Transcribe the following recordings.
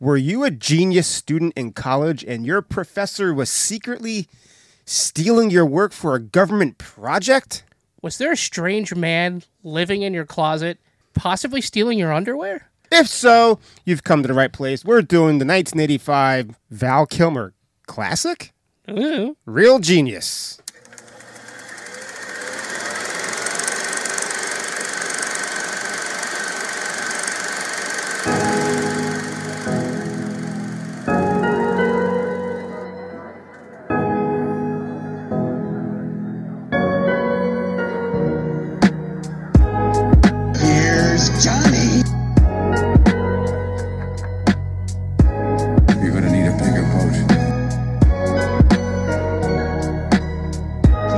Were you a genius student in college and your professor was secretly stealing your work for a government project? Was there a strange man living in your closet, possibly stealing your underwear? If so, you've come to the right place. We're doing the 1985 Val Kilmer classic, Ooh. Real Genius. Here's Johnny. You're gonna need a bigger boat.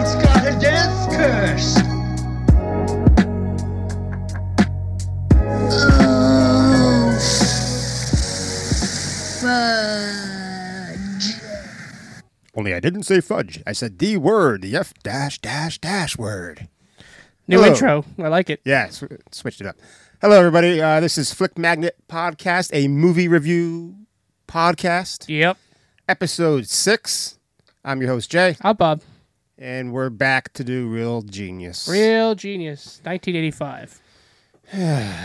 It's got a death curse. Oh, fudge. Only I didn't say fudge. I said the word, the F dash dash dash word. New Hello. intro. I like it. Yeah, sw- switched it up. Hello, everybody. Uh, this is Flick Magnet Podcast, a movie review podcast, Yep. episode six. I'm your host, Jay, Hi, Bob. and we're back to do Real Genius. Real genius. 1985.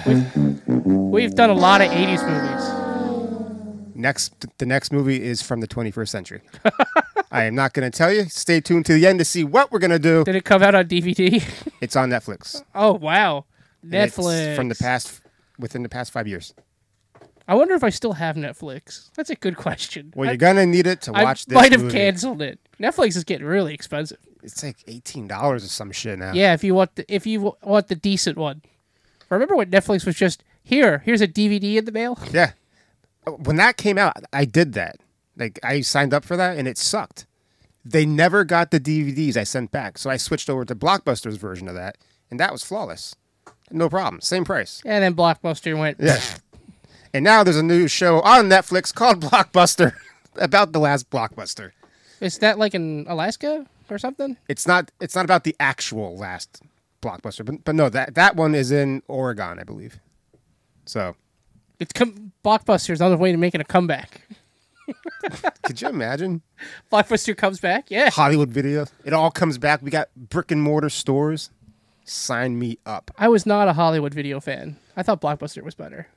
we've, we've done a lot of 80s movies. Next, the next movie is from the 21st century. I am not going to tell you. Stay tuned to the end to see what we're going to do. Did it come out on DVD? It's on Netflix. oh, wow. And it's Netflix. from the past, within the past five years. I wonder if I still have Netflix. That's a good question. Well, I- you're gonna need it to I watch this. might have movie. canceled it. Netflix is getting really expensive. It's like eighteen dollars or some shit now. Yeah, if you want the if you w- want the decent one. Remember when Netflix was just here? Here's a DVD in the mail. Yeah. Uh, When that came out, I did that. Like I signed up for that and it sucked. They never got the DVDs I sent back. So I switched over to Blockbuster's version of that and that was flawless. No problem. Same price. And then Blockbuster went. Yeah. and now there's a new show on Netflix called Blockbuster about the last Blockbuster. Is that like in Alaska or something? It's not it's not about the actual last Blockbuster, but but no, that that one is in Oregon, I believe. So, It's com- Blockbuster's on the way to making a comeback. could you imagine? Blockbuster comes back. Yeah. Hollywood Video. It all comes back. We got brick and mortar stores. Sign me up. I was not a Hollywood video fan. I thought Blockbuster was better.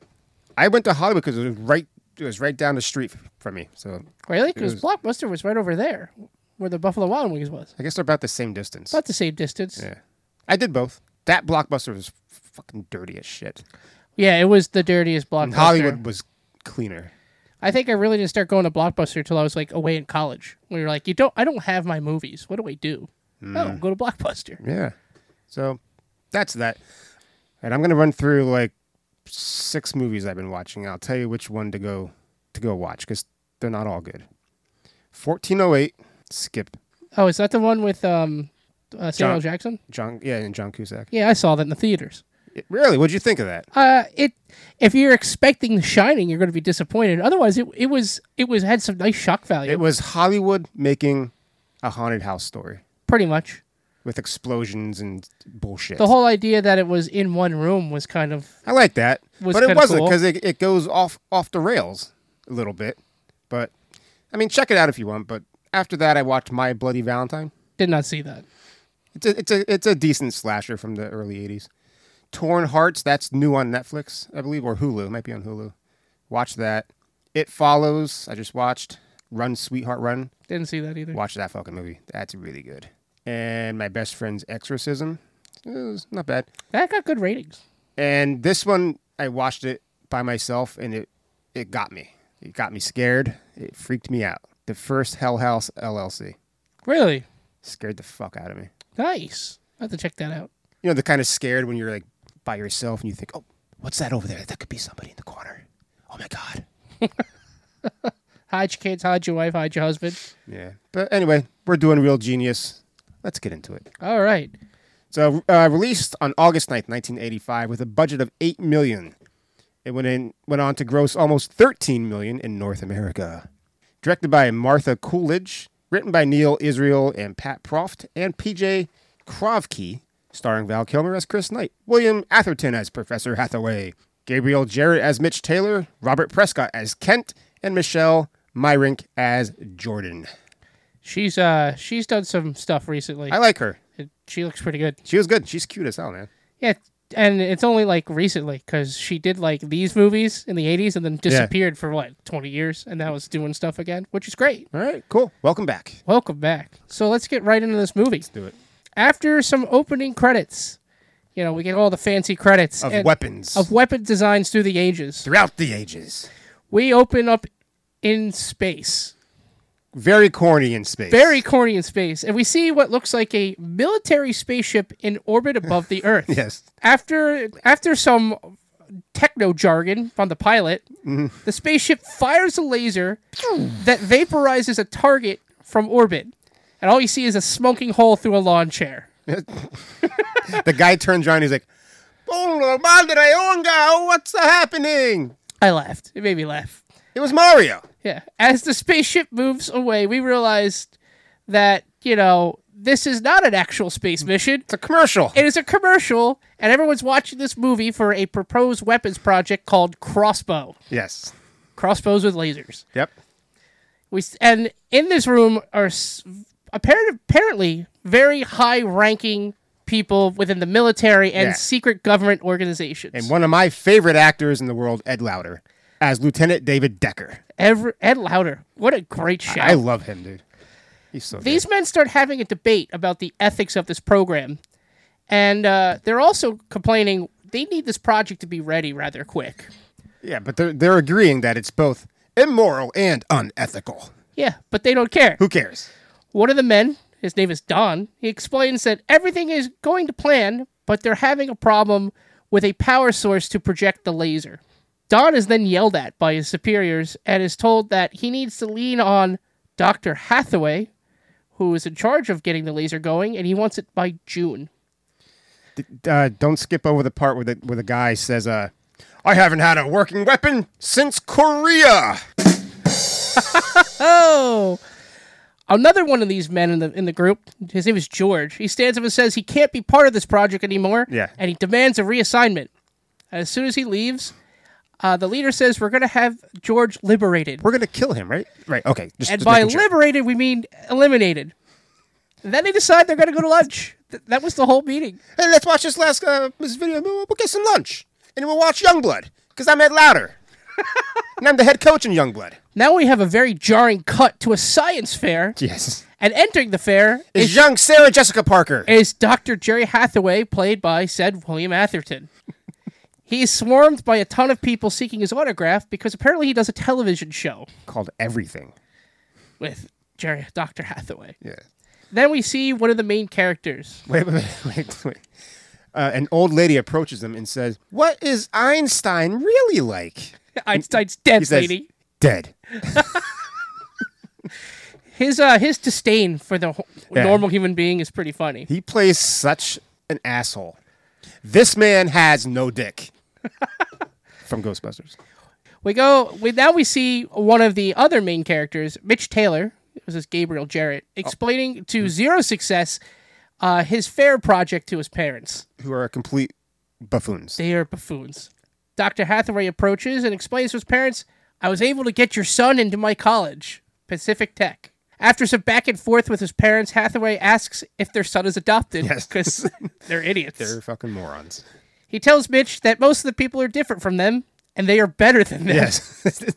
I went to Hollywood because it was right. It was right down the street from me. So Really? Because Blockbuster was right over there, where the Buffalo Wild Wings was. I guess they're about the same distance. About the same distance. yeah, I did both. That blockbuster was fucking dirty as shit. Yeah, it was the dirtiest Blockbuster. Hollywood was cleaner. I think I really didn't start going to Blockbuster until I was like away in college. We were like, you don't, I don't have my movies. What do I do? Hmm. Oh, go to Blockbuster. Yeah. So that's that. And I'm gonna run through like six movies I've been watching. I'll tell you which one to go to go watch because they're not all good. 1408. Skip Oh, is that the one with um, uh, John- Samuel Jackson? John. Yeah, and John Cusack. Yeah, I saw that in the theaters. Really? What'd you think of that? Uh, it if you're expecting The Shining, you're going to be disappointed. Otherwise, it it was it was had some nice shock value. It was Hollywood making a haunted house story pretty much with explosions and bullshit. the whole idea that it was in one room was kind of I like that, was but it kinda wasn't cool. because it, it goes off off the rails a little bit. But I mean, check it out if you want. But after that, I watched My Bloody Valentine. did not see that. It's a, it's a it's a decent slasher from the early '80s. Torn Hearts. That's new on Netflix, I believe, or Hulu. It might be on Hulu. Watch that. It follows. I just watched Run Sweetheart Run. Didn't see that either. Watch that fucking movie. That's really good. And my best friend's exorcism. It was not bad. That got good ratings. And this one, I watched it by myself, and it it got me. It got me scared. It freaked me out. The first Hell House LLC Really scared the fuck out of me. nice. I have to check that out. You know, the kind of scared when you're like by yourself and you think, oh, what's that over there? That could be somebody in the corner. Oh my god. Hide your kids, hide your wife, hide your husband. Yeah. But anyway, we're doing real genius. Let's get into it. All right. So uh, released on August 9th, 1985 with a budget of 8 million. It went in went on to gross almost 13 million in North America. Directed by Martha Coolidge, written by Neil Israel and Pat Proft and PJ Krovke, starring Val Kilmer as Chris Knight, William Atherton as Professor Hathaway, Gabriel Jarrett as Mitch Taylor, Robert Prescott as Kent, and Michelle Myrink as Jordan. She's uh she's done some stuff recently. I like her. It- she looks pretty good. She was good. She's cute as hell, man. Yeah, and it's only like recently because she did like these movies in the '80s and then disappeared for what 20 years, and now is doing stuff again, which is great. All right, cool. Welcome back. Welcome back. So let's get right into this movie. Do it. After some opening credits, you know we get all the fancy credits Of and- weapons of weapon designs through the ages. throughout the ages. We open up in space. Very corny in space. very corny in space, and we see what looks like a military spaceship in orbit above the Earth. Yes. After after some techno jargon from the pilot, the spaceship fires a laser that vaporizes a target from orbit, and all you see is a smoking hole through a lawn chair. The guy turns around. He's like, "Oh, madre onga, what's happening?" I laughed. It made me laugh. It was Mario. Yeah. As the spaceship moves away, we realized that you know this is not an actual space mission. It's a commercial. It is a commercial, and everyone's watching this movie for a proposed weapons project called Crossbow. yes. Crossbows with lasers. Yep. We s- and in this room are s- apparent, apparently very high-ranking people within the military and Yeah. secret government organizations. And one of my favorite actors in the world, Ed Lauder, as Lieutenant David Decker. Every, Ed Louder, what a great show! I love him, dude. He's so good. These men start having a debate about the ethics of this program, and uh, they're also complaining they need this project to be ready rather quick. Yeah, but they're they're agreeing that it's both immoral and unethical. Yeah, but they don't care. Who cares? One of the men, his name is Don, he explains that everything is going to plan, but they're having a problem with a power source to project the laser. Don is then yelled at by his superiors and is told that he needs to lean on Dr. Hathaway, who is in charge of getting the laser going, and he wants it by June. Uh, don't skip over the part where the where the guy says, uh, "I haven't had a working weapon since Korea." Oh! Another one of these men in the in the group, his name is George. He stands up and says he can't be part of this project anymore. Yeah. And he demands a reassignment. As soon as he leaves, uh, the leader says we're going to have George liberated. We're gonna kill him, right? Right. Okay. Just, and just by making sure. liberated, we mean eliminated. And then they decide they're going to go to lunch. Th- that was the whole meeting. hey, let's watch this last uh, this video. We'll, we'll get some lunch, and we'll watch Youngblood because I'm Ed Lauder, and I'm the head coach in Youngblood. Now we have a very jarring cut to a science fair, Yes. and entering the fair Is young Sarah Jessica Parker? is Dr. Jerry Hathaway, played by said William Atherton. he is swarmed by a ton of people seeking his autograph because apparently he does a television show called everything. with Jerry Dr. Hathaway. Yeah. Then we see one of the main characters. Wait, wait, wait, wait. wait. Uh, an old lady approaches him and says, "What is Einstein really like?" Einstein's dead He says, lady. "Dead." His uh, his disdain for the ho- Yeah. normal human being is pretty funny. He plays such an asshole. This man has no dick. From Ghostbusters. We go. We now we see one of the other main characters, Mitch Taylor. This is Gabriel Jarrett Oh. explaining to Zero Success uh, his fair project to his parents. Who are complete buffoons. They are buffoons. Dr. Hathaway approaches and explains to his parents, I was able to get your son into my college, Pacific Tech. After some back and forth with his parents, Hathaway asks if their son is adopted Yes. because they're idiots. They're fucking morons. He tells Mitch that most of the people are different from them and they are better than them. Yes.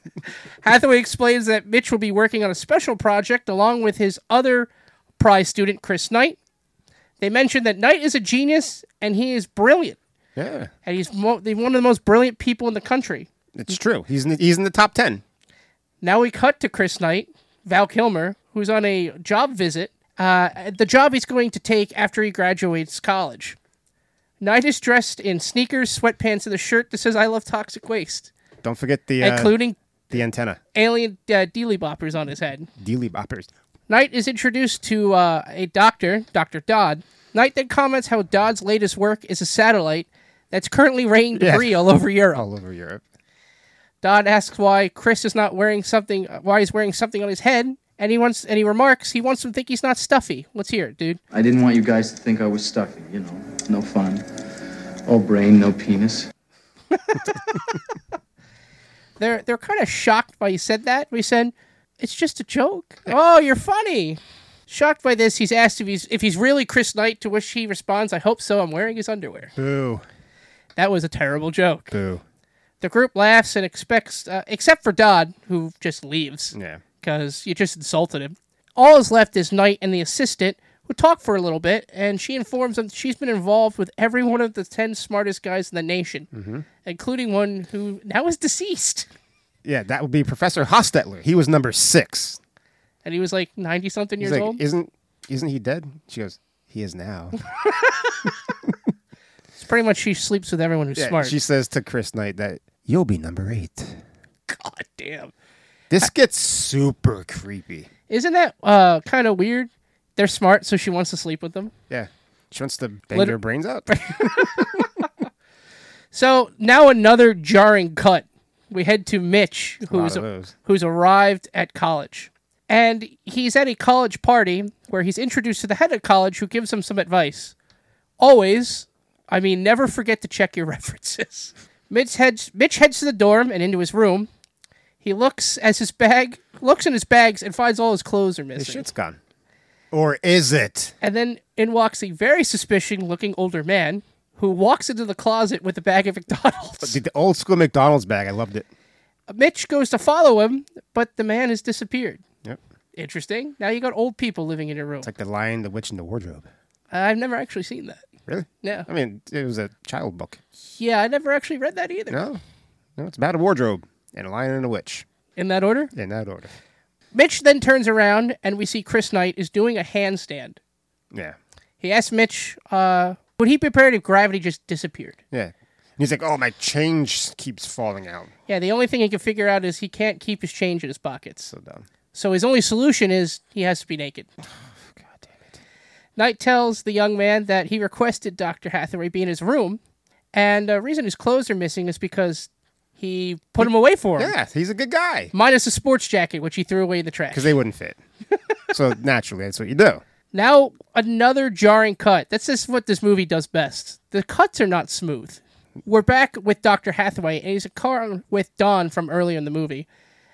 Hathaway explains that Mitch will be working on a special project along with his other prize student, Chris Knight. They mention that Knight is a genius and he is brilliant, yeah. and he's mo- the- one of the most brilliant people in the country. It's true. He's in the, he's in the top 10. Now we cut to Chris Knight, Val Kilmer, who's on a job visit, uh, the job he's going to take after he graduates college. Knight is dressed in sneakers, sweatpants, and a shirt that says "I love toxic waste," Don't forget the uh, including the antenna. alien uh, dealy boppers on his head. Dealy boppers. Knight is introduced to uh, a doctor, Dr. Dodd. Knight then comments how Dodd's latest work is a satellite that's currently raining Yeah. debris all over Europe. All over Europe. Dodd asks why Chris is not wearing something, why he's wearing something on his head, and he wants, and he remarks he wants him to think he's not stuffy. Let's hear it, dude. I didn't want you guys to think I was stuffy, you know. No fun. Oh, brain, no penis. They're they're kind of shocked by you said that. We said it's just a joke. Oh, you're funny. Shocked by this, he's asked if he's if he's really Chris Knight. To which he responds, "I hope so. I'm wearing his underwear." Boo. That was a terrible joke. Boo. The group laughs and expects, uh, except for Dodd, who just leaves Yeah. because you just insulted him. All is left is Knight and the assistant, who talk for a little bit, and she informs them that she's been involved with every one of the 10 smartest guys in the nation, Mm-hmm. including one who now is deceased. Yeah, that would be Professor Hostetler. He was number six. And he was like 90 something He's years like, old. isn't isn't he dead? She goes, he is now. It's pretty much she sleeps with everyone who's Yeah, smart. She says to Chris Knight that you'll be number eight. God damn. This gets super creepy. Isn't that uh, kind of weird? They're smart, so she wants to sleep with them. Yeah. She wants to bang Lit- her brains out. So now another jarring cut. We head to Mitch, lot who's of those. who's arrived at college, and he's at a college party where he's introduced to the head of college, who gives him some advice. Always, I mean, never forget to check your references. Mitch heads Mitch heads to the dorm and into his room. He looks as his bag looks in his bags and finds all his clothes are His missing. shit's gone. Or is it? And then in walks a very suspicious-looking older man who walks into the closet with a bag of McDonald's. The old school McDonald's bag. I loved it. Mitch goes to follow him, but the man has disappeared. Yep. Interesting. Now you got old people living in your room. It's like the lion, the witch, and the wardrobe. I've never actually seen that. Really? No. I mean, it was a child book. Yeah, I never actually read that either. No. No, it's about a wardrobe and a lion and a witch In that order? in that order. Mitch then turns around and we see Chris Knight is doing a handstand. Yeah. He asks Mitch, uh, would he be prepared if gravity just disappeared? Yeah. And he's like, oh, my change keeps falling out. Yeah, the only thing he can figure out is he can't keep his change in his pockets. So dumb. So his only solution is he has to be naked. God damn it. Knight tells the young man that he requested Dr. Hathaway be in his room, and the reason his clothes are missing is because he put them away for him, Yeah, he's a good guy. minus a sports jacket, which he threw away in the trash. Because they wouldn't fit. so naturally, that's what you do. Now, another jarring cut. That's just what this movie does best. The cuts are not smooth. We're back with Dr. Hathaway, and he's a car with Don from earlier in the movie,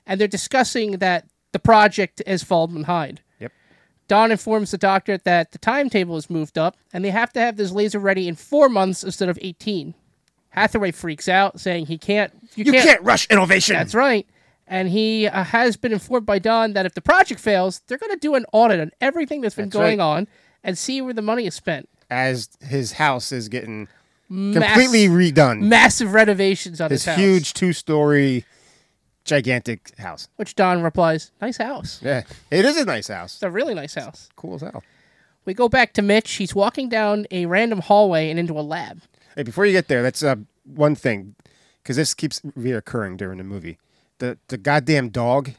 and they're discussing that the project is fallen behind. Yep. Don informs the doctor that the timetable is moved up and they have to have this laser ready in four months instead of 18. Hathaway freaks out, saying he can't. You, You can't rush innovation. That's right. And he uh, has been informed by Don that if the project fails, they're going to do an audit on everything that's been That's going right. on and see where the money is spent. As his house is getting completely redone. Massive renovations on this his house. huge two story, gigantic house. Which Don replies, "Nice house. Yeah. It is a nice house. It's a really nice house." Cool as hell. We go back to Mitch. He's walking down a random hallway and into a lab. Hey, before you get there, that's uh, one thing, because this keeps reoccurring during the movie. The the goddamn dog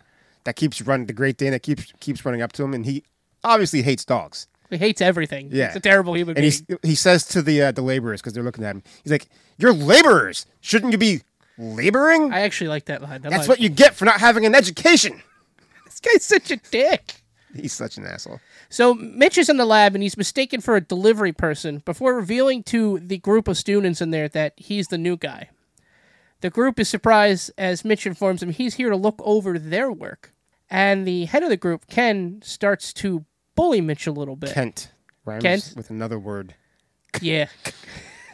that keeps running, the Great Dane that keeps keeps running up to him, and he obviously hates dogs. He hates everything. Yeah. It's a terrible human And being. he he says to the uh, the laborers because they're looking at him. He's like, "You're laborers. Shouldn't you be laboring? I actually like that line. I'm That's like, what you get for not having an education." this guy's such a dick. He's such an asshole. So Mitch is in the lab and he's mistaken for a delivery person before revealing to the group of students in there that he's the new guy. The group is surprised as Mitch informs him he's here to look over their work. And the head of the group, Ken, starts to bully Mitch a little bit. Kent rhymes Kent? with another word. Yeah.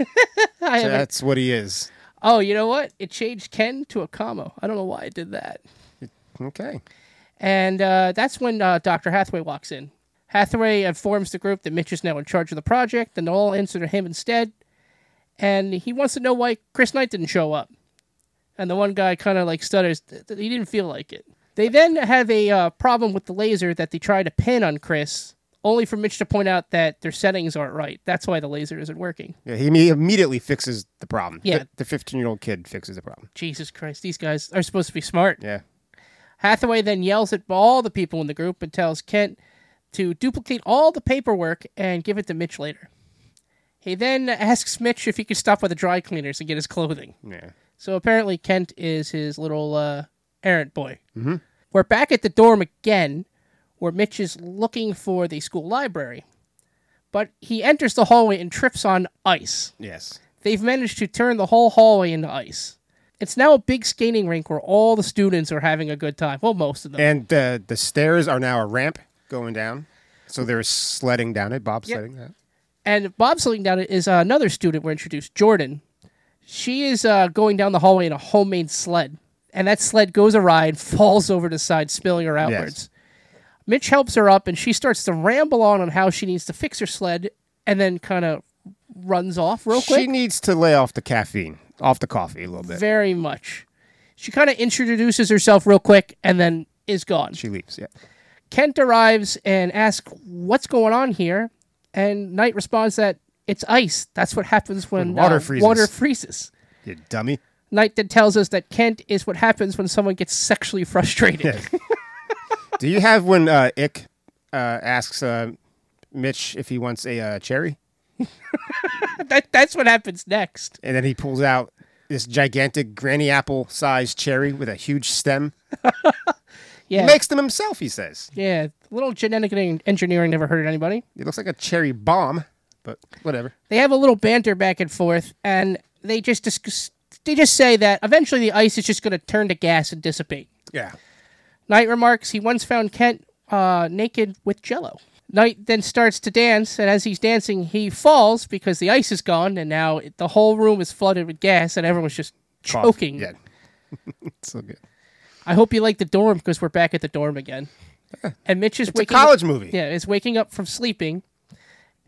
I haven't- That's what he is. oh, you know what? It changed Ken to a comma. I don't know why it did that. Okay. And uh, that's when uh, Dr. Hathaway walks in. Hathaway informs the group that Mitch is now in charge of the project, and they'll all answer to him instead. And he wants to know why Chris Knight didn't show up. And the one guy kind of like stutters, th- th- he didn't feel like it. They then have a uh, problem with the laser that they try to pin on Chris, only for Mitch to point out that their settings aren't right. That's why the laser isn't working. Yeah, he imme- immediately fixes the problem. Yeah. The- The 15 year old kid fixes the problem. Jesus Christ, these guys are supposed to be smart. Yeah. Hathaway then yells at all the people in the group and tells Kent to duplicate all the paperwork and give it to Mitch later. He then asks Mitch if he could stop by the dry cleaners and get his clothing. Yeah. So apparently, Kent is his little uh, errant boy. Mm-hmm. We're back at the dorm again, where Mitch is looking for the school library. But he enters the hallway and trips on ice. Yes. they've managed to turn the whole hallway into ice. It's now a big skating rink where all the students are having a good time. Well, most of them. And the the stairs are now a ramp going down. So they're sledding down it, Bob sledding that. And bobsledding down it is uh, another student we're introduced, Jordan. She is uh, going down the hallway in a homemade sled, and that sled goes awry and falls over the side, spilling her outwards. Mitch helps her up, and she starts to ramble on on how she needs to fix her sled, and then kind of runs off real quick. She needs to lay off the caffeine, off the coffee a little bit. Very much. She kind of introduces herself real quick and then is gone. She leaves, yeah. Kent arrives and asks, What's going on here? And Knight responds that it's ice. That's what happens When when, water uh, freezes." water freezes. You dummy. Knight then tells us that Kent is what happens when someone gets sexually frustrated. Do you have when uh, Ick uh, asks uh, Mitch if he wants a uh, cherry? that, that's what happens next. And then he pulls out this gigantic granny apple sized cherry with a huge stem. Yeah. He makes them himself, he says. yeah. Little genetic en- engineering never hurt anybody. It looks like a cherry bomb, but whatever. they have a little banter back and forth, and they just discuss, they just say that eventually the ice is just going to turn to gas and dissipate. Yeah. Knight remarks he once found Kent uh, naked with Jello. Knight then starts to dance, and as he's dancing, he falls because the ice is gone, and now it, the whole room is flooded with gas, and everyone's just Cough. choking. Yeah. so good. I hope you like the dorm because we're back at the dorm again. And Mitch is It's a waking up- college movie. Yeah, is waking up from sleeping,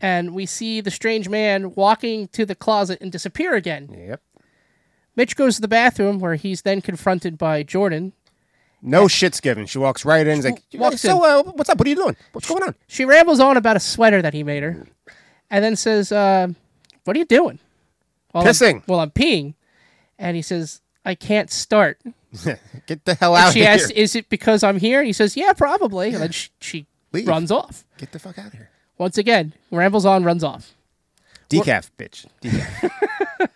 and we see the strange man walking to the closet and disappear again. Yep. Mitch goes to the bathroom where he's then confronted by Jordan. No shit's given. She walks right in. She's like, She walks walks so uh, what's up? What are you doing? What's going on? She rambles on about a sweater that he made her and then says, uh, What are you doing? Well, I'm, Pissing. well, I'm peeing. And he says, I can't start. Get the hell out of she here. asks, Is it because I'm here? And he says, Yeah, probably. And then she, she Leave. runs off. Get the fuck out of here. Once again, rambles on, runs off. Decaf, bitch. Decaf.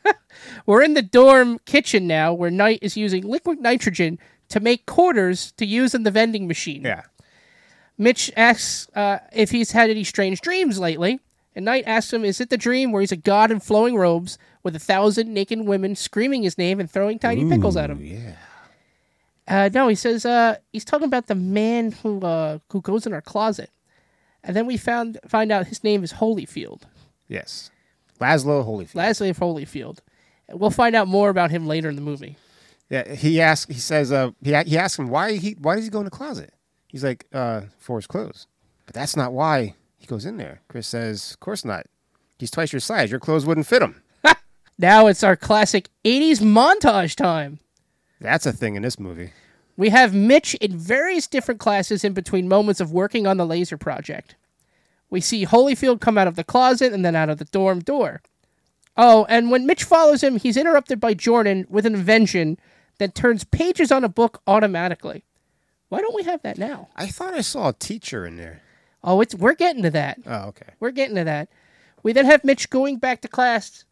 We're in the dorm kitchen now where Knight is using liquid nitrogen to make quarters to use in the vending machine. yeah. Mitch asks uh, if he's had any strange dreams lately. And Knight asks him, Is it the dream where he's a god in flowing robes with a thousand naked women screaming his name and throwing tiny pickles at him? Yeah. Uh, no, he says uh, he's talking about the man who uh, who goes in our closet. And then we found find out his name is Holyfield, Yes. Laszlo Holyfield. Lastly, of Holyfield. And We'll find out more about him later in the movie. yeah. He asks. He says. Uh. He, he asks him why he why does he go in the closet? He's like, uh, for his clothes. But that's not why he goes in there. Chris says, of course not. He's twice your size. Your clothes wouldn't fit him. Now it's our classic 80s montage time. That's a thing in this movie. We have Mitch in various different classes in between moments of working on the laser project. We see Holyfield come out of the closet and then out of the dorm door. Oh, and when Mitch follows him, he's interrupted by Jordan with an invention that turns pages on a book automatically. Why don't we have that now? I thought I saw a teacher in there. Oh, it's we're getting to that. Oh, okay. We're getting to that. We then have Mitch going back to class,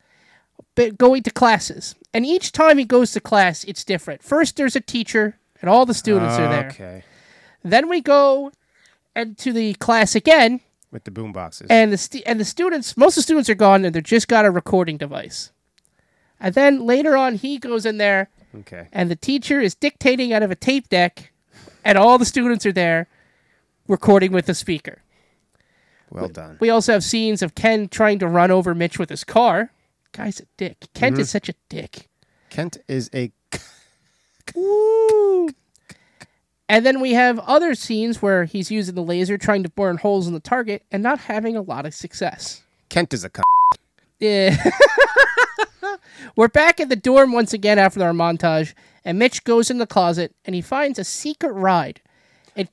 but going to classes. And each time he goes to class, it's different. First, there's a teacher, and all the students are there. Okay. Then we go and to the class again, With the boom boxes. and the stu- and the students, most of the students are gone, and they've just got a recording device. And then later on, he goes in there, okay. and the teacher is dictating out of a tape deck, and all the students are there, recording with the speaker. Well done. We also have scenes of Ken trying to run over Mitch with his car. Guy's a dick. Kent is such a dick. Kent is a. And then we have other scenes where he's using the laser, trying to burn holes in the target, and not having a lot of success. Kent is a. Cunt. Yeah. We're back at the dorm once again after our montage, and Mitch goes in the closet and he finds a secret ride. It,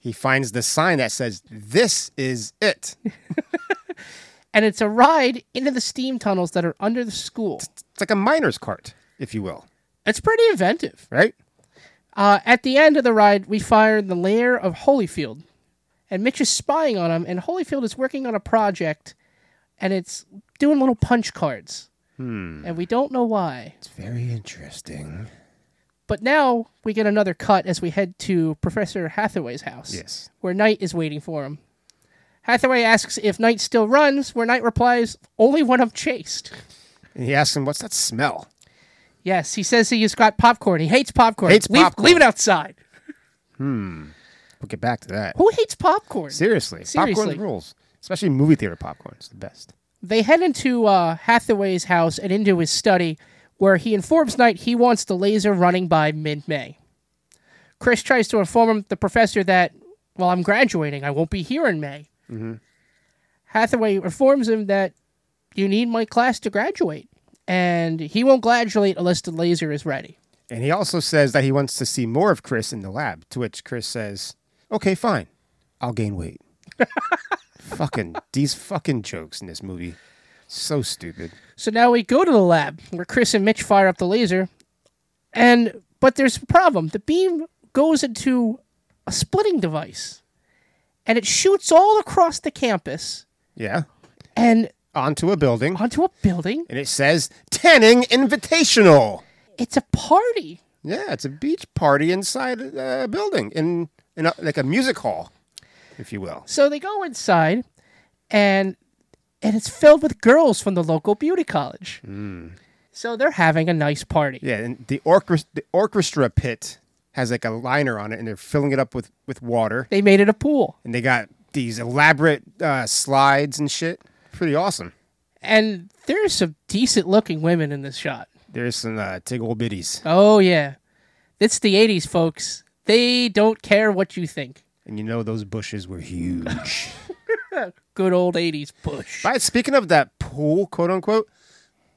He finds the sign that says, "This is it." and it's a ride into the steam tunnels that are under the school. It's like a miner's cart, if you will. It's pretty inventive. Right? Uh, at the end of the ride, we fire the lair of Holyfield, and Mitch is spying on him, and Holyfield is working on a project, and it's doing little punch cards. And we don't know why. It's very interesting. But now we get another cut as we head to Professor Hathaway's house. Yes. Where Knight is waiting for him. Hathaway asks if Knight still runs, where Knight replies, Only when I'm chased. And he asks him, What's that smell? Yes, he says he has got popcorn. He hates popcorn. Hates leave, popcorn. Leave it outside. We'll get back to that. Who hates popcorn? Seriously, Seriously. popcorn rules, especially movie theater popcorn. It's the best. They head into uh, Hathaway's house and into his study, where he informs Knight he wants the laser running by mid May. Chris tries to inform him, the professor, that, well, I'm graduating. I won't be here in May. Hathaway informs him that you need my class to graduate, and he won't graduate unless the laser is ready. And he also says that he wants to see more of Chris in the lab. To which Chris says, "Okay, fine, I'll gain weight." fucking these fucking jokes in this movie, so stupid. So now we go to the lab where Chris and Mitch fire up the laser, and but there's a problem. The beam goes into a splitting device, and it shoots all across the campus Yeah, and onto a building, onto a building. and it says Tanning Invitational. It's a party. Yeah, it's a beach party inside a building in, in a, like a music hall, if you will. So they go inside, and and it's filled with girls from the local beauty college. So they're having a nice party. Yeah, and the orchestra, the orchestra pit has like a liner on it, and they're filling it up with with water, They made it a pool. and they got these elaborate uh, slides and shit. Pretty awesome. And there's some decent looking women in this shot. There's some uh, tiggle bitties, Oh yeah. It's the 80s, folks. They don't care what you think. and you know those bushes were huge. Good old 80s push. By speaking of that pool, quote unquote,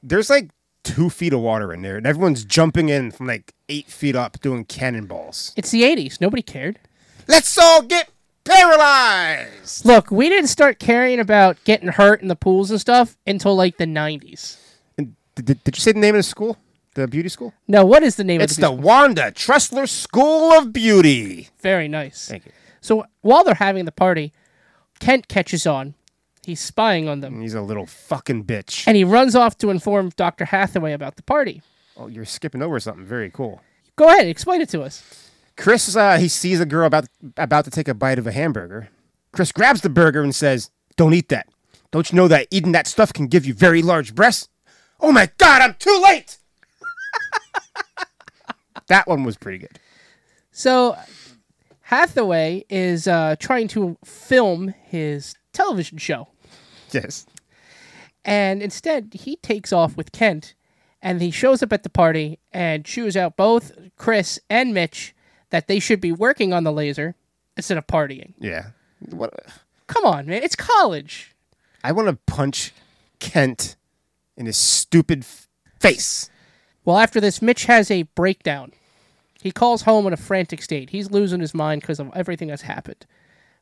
there's like two feet of water in there, and everyone's jumping in from like eight feet up doing cannonballs. It's the 80s. Nobody cared. Let's all get paralyzed. Look, we didn't start caring about getting hurt in the pools and stuff until like the 90s. And did, did you say the name of the school? The beauty school? No, what is the name It's of the the Wanda Tressler School of Beauty. Very nice. Thank you. So while they're having the party, Kent catches on. He's spying on them. He's a little fucking bitch. And he runs off to inform Dr. Hathaway about the party. Oh, you're skipping over something very cool. Go ahead, explain it to us. Chris, uh, he sees a girl about about to take a bite of a hamburger. Chris grabs the burger and says, "Don't eat that. Don't you know that eating that stuff can give you very large breasts?" Oh my God, I'm too late. that one was pretty good. So Hathaway is uh, trying to film his television show, Yes. and instead he takes off with Kent, and he shows up at the party and chews out both Chris and Mitch that they should be working on the laser instead of partying. Yeah. What? Come on, man, it's college. I want to punch Kent in his stupid f- face. Well, after this, Mitch has a breakdown. He calls home in a frantic state. He's losing his mind because of everything that's happened.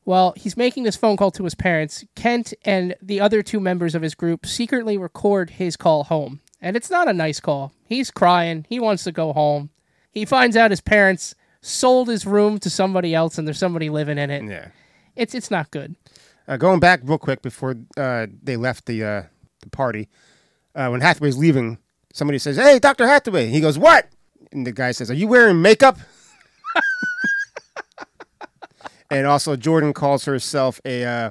Well, he's making this phone call to his parents. Kent and the other two members of his group secretly record his call home. And it's not a nice call. He's crying. He wants to go home. He finds out his parents sold his room to somebody else and there's somebody living in it. Yeah. It's it's not good. Uh, going back real quick before uh, they left the uh, the party, uh, when Hathaway's leaving, somebody says, "Hey, Doctor Hathaway." He goes, "What?" And the guy says, "Are you wearing makeup?" and also, Jordan calls herself a. Uh,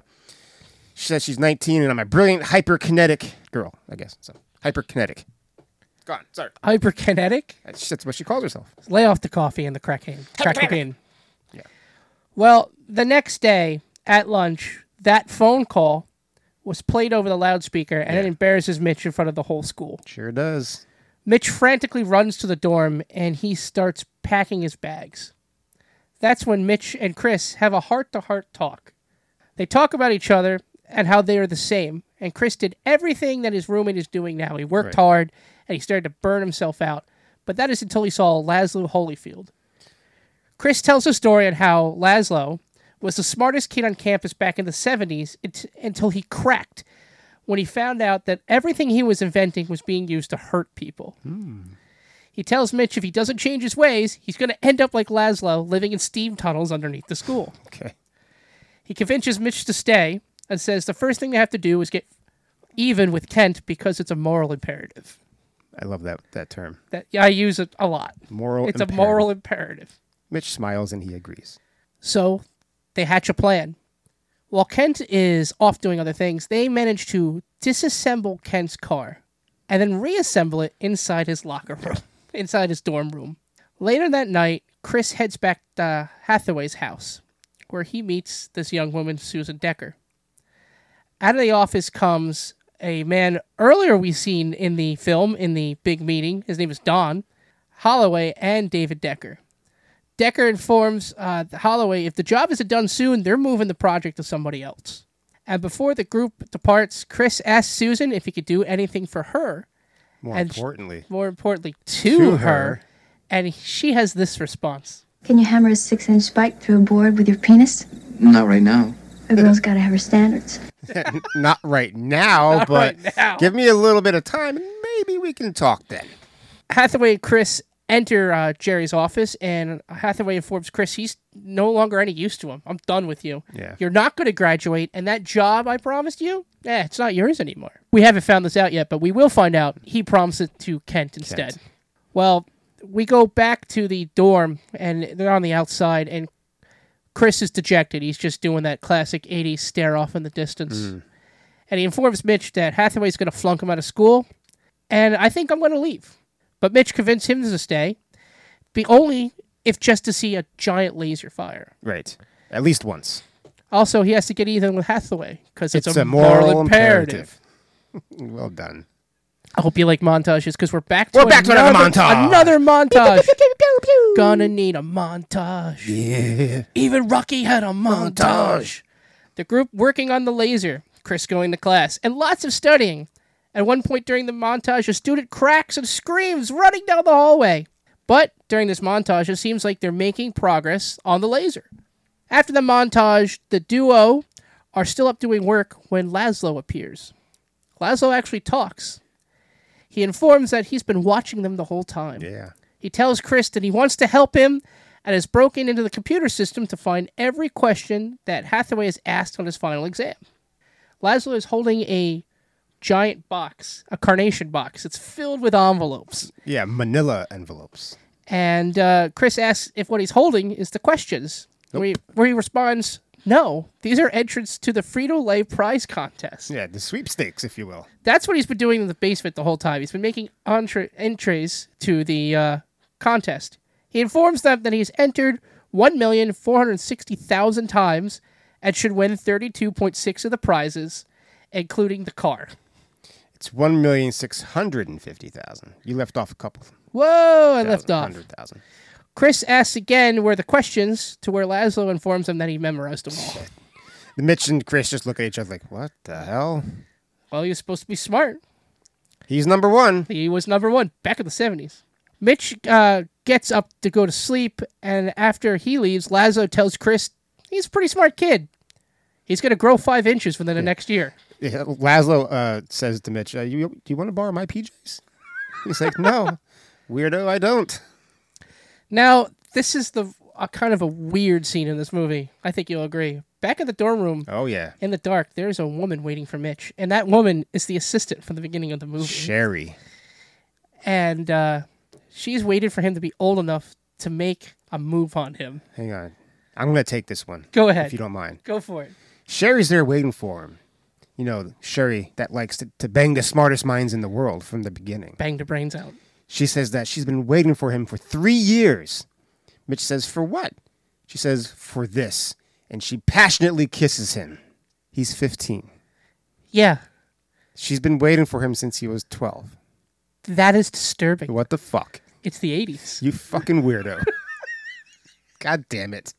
she says she's 19, and I'm a brilliant hyperkinetic girl. I guess so. Hyperkinetic. Gone. Sorry. Hyperkinetic? That's, that's what she calls herself. Lay off the coffee and the crack hand. Crack cocaine. Well, the next day at lunch, that phone call was played over the loudspeaker and it embarrasses Mitch in front of the whole school. Sure does. Mitch frantically runs to the dorm and he starts packing his bags. That's when Mitch and Chris have a heart to heart talk. They talk about each other and how they are the same. And Chris did everything that his roommate is doing now. He worked hard and he started to burn himself out. But that is until he saw Laszlo Holyfield. Chris tells a story on how Laszlo was the smartest kid on campus back in the 70s unt- until he cracked when he found out that everything he was inventing was being used to hurt people. Hmm. He tells Mitch if he doesn't change his ways, he's going to end up like Laszlo, living in steam tunnels underneath the school. Okay. He convinces Mitch to stay and says the first thing they have to do is get even with Kent because it's a moral imperative. I love that that term. That I use it a lot. Moral It's imperative. a moral imperative. Mitch smiles and he agrees. So they hatch a plan. While Kent is off doing other things, they manage to disassemble Kent's car and then reassemble it inside his locker room, inside his dorm room. Later that night, Chris heads back to Hathaway's house, where he meets this young woman, Susan Decker. Out of the office comes a man earlier we seen in the film, in the big meeting. His name is Don Holloway and David Decker. Decker informs uh, Holloway if the job isn't done soon, they're moving the project to somebody else. And before the group departs, Chris asks Susan if he could do anything for her, More And sh- importantly, more importantly, to, To her. her. And she has this response Can you hammer a six inch spike through a board with your penis? Not right now. A girl's gotta have her standards. not right now, but right now. give me a little bit of time and maybe we can talk then. Hathaway and Chris enter uh, Jerry's office, and Hathaway informs Chris he's no longer any use to him. I'm done with you. Yeah. You're not going to graduate, and that job I promised you, eh, it's not yours anymore. We haven't found this out yet, but we will find out. He promised it to Kent instead. Well, we go back to the dorm, and they're on the outside, and Chris is dejected. He's just doing that classic 80s stare off in the distance. And he informs Mitch that Hathaway's going to flunk him out of school, and I think I'm going to leave. But Mitch convinced him to stay, be only if just to see a giant laser fire. Right. At least once. Also, he has to get even with Hathaway because it's, It's a moral imperative. Well done. I hope you like montages because we're back to We're back to another montage. Another montage. Gonna need a montage. Yeah. Even Rocky had a montage. The group working on the laser, Chris going to class, and lots of studying. At one point during the montage, a student cracks and screams, running down the hallway. But during this montage, it seems like they're making progress on the laser. After the montage, the duo are still up doing work when Laszlo appears. Laszlo actually talks. He informs that he's been watching them the whole time. Yeah. He tells Chris that he wants to help him and has broken into the computer system to find every question that Hathaway has asked on his final exam. Laszlo is holding a giant box, a carnation box. It's filled with envelopes. Yeah, manila envelopes. And uh, Chris asks if what he's holding is the questions, where, he, where he responds, No, these are entrants to the Frito Lay prize contest. Yeah, the sweepstakes, if you will. That's what he's been doing in the basement the whole time. He's been making entre- entries to the uh, contest. He informs them that he's entered 1,460,000 times and should win 32.6 of the prizes, including the car. It's one million six hundred and fifty thousand. You left off a couple. Whoa, I left off. Hundred thousand. Chris asks again where the questions, to where Laszlo informs him that he memorized them all. The Mitch and Chris just look at each other like, "What the hell?" well, he was supposed to be smart. He's number one. He was number one back in the 70s. Mitch uh, gets up to go to sleep, and after he leaves, Lazo tells Chris he's a pretty smart kid. He's going to grow five inches within the next year. Yeah, Laszlo uh, says to Mitch, uh, you, "Do you want to borrow my PJs?" He's like, "No, weirdo, I don't." Now, this is the a kind of a weird scene in this movie. I think you'll agree. Back in the dorm room, Oh yeah, in the dark, there's a woman waiting for Mitch, and that woman is the assistant from the beginning of the movie. Sherry. And uh, she's waited for him to be old enough to make a move on him. Hang on, I'm gonna take this one. Go ahead. if you don't mind. Go for it. Sherry's there waiting for him. You know, Sherry that likes to, to bang the smartest minds in the world from the beginning. Bang the brains out. She says that she's been waiting for him for three years. Mitch says, For what? She says, For this. And she passionately kisses him. He's 15. Yeah, She's been waiting for him since he was 12. That is disturbing. What the fuck? It's the 80s. You fucking weirdo. God damn it.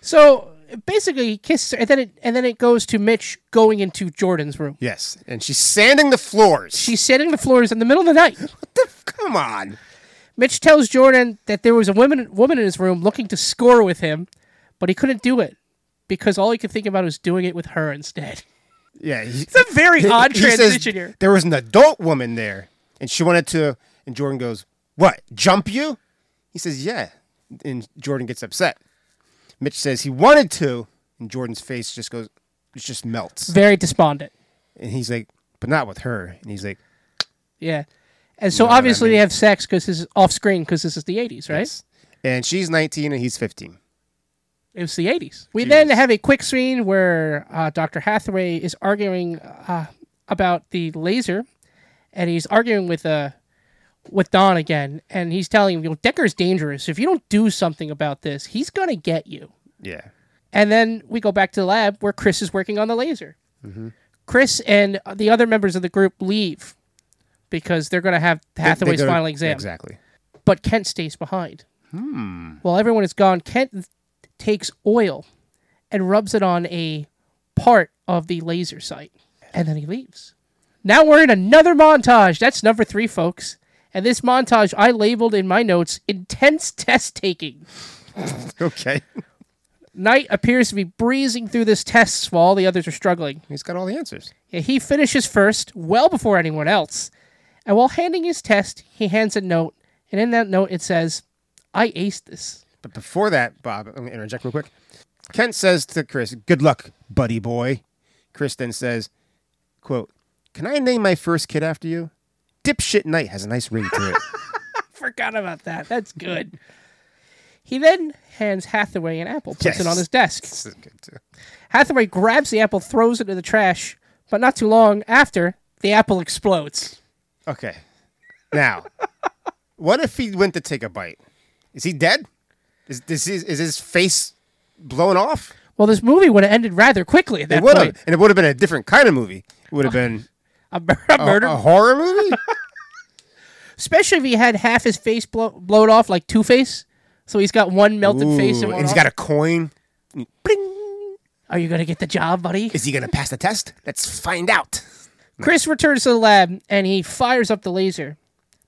So basically, he kisses her, and then it and then it goes to Mitch going into Jordan's room. Yes. And she's sanding the floors. She's sitting on the floors in the middle of the night. Come on. Mitch tells Jordan that there was a woman woman in his room looking to score with him, but he couldn't do it because all he could think about was doing it with her instead. Yeah. He, It's a very odd he says transition here. There was an adult woman there, and she wanted to. And Jordan goes, "What? Jump you?" He says, "Yeah." And Jordan gets upset. Mitch says he wanted to, and Jordan's face just goes, it just melts. Very despondent. And he's like, "But not with her." And he's like, Yeah. And so know what I obviously they mean. have sex because this is off screen because this is the 80s, right? "Yes." And she's 19 and he's 15. It was the 80s. We then Jesus. have a quick scene where uh, Dr. Hathaway is arguing uh, about the laser and he's arguing with uh with Don again, and he's telling him, you know, Decker's dangerous. If you don't do something about this, he's gonna get you. Yeah. And then we go back to the lab where Chris is working on the laser. Mm-hmm. Chris and the other members of the group leave because they're going to have Hathaway's They go to- final exam. Exactly. But Kent stays behind. Hmm. While everyone is gone, Kent takes oil and rubs it on a part of the laser sight. And then he leaves. Now we're in another montage. That's number three, folks. And this montage I labeled in my notes intense test taking. Okay. Knight appears to be breezing through this test while all the others are struggling. He's got all the answers. Yeah, he finishes first, well before anyone else. And while handing his test, he hands a note, and in that note it says, I aced this. But before that, Bob, I'm going to interject real quick. Kent says to Chris, Good luck, buddy boy. Chris then says, quote, Can I name my first kid after you? Dipshit Knight has a nice ring to it. Forgot about that. That's good. he then hands Hathaway an apple, puts it Yes. on his desk. This is good, too. Hathaway grabs the apple, throws it in the trash, but not too long after, the apple explodes. Okay. Now, what if he went to take a bite? Is he dead? Is, this is, is his face blown off? Well, this movie would have ended rather quickly at It that would point. have. And it would have been a different kind of movie. It would have been A, mur- a a, murder, a horror movie? Oh. especially if he had half his face blow- blowed off like Two Face. So he's got one melted face, Ooh, and, and one he's off. got a coin. Are you gonna get the job, buddy? Is he going to pass the test? Let's find out. Chris returns to the lab and he fires up the laser,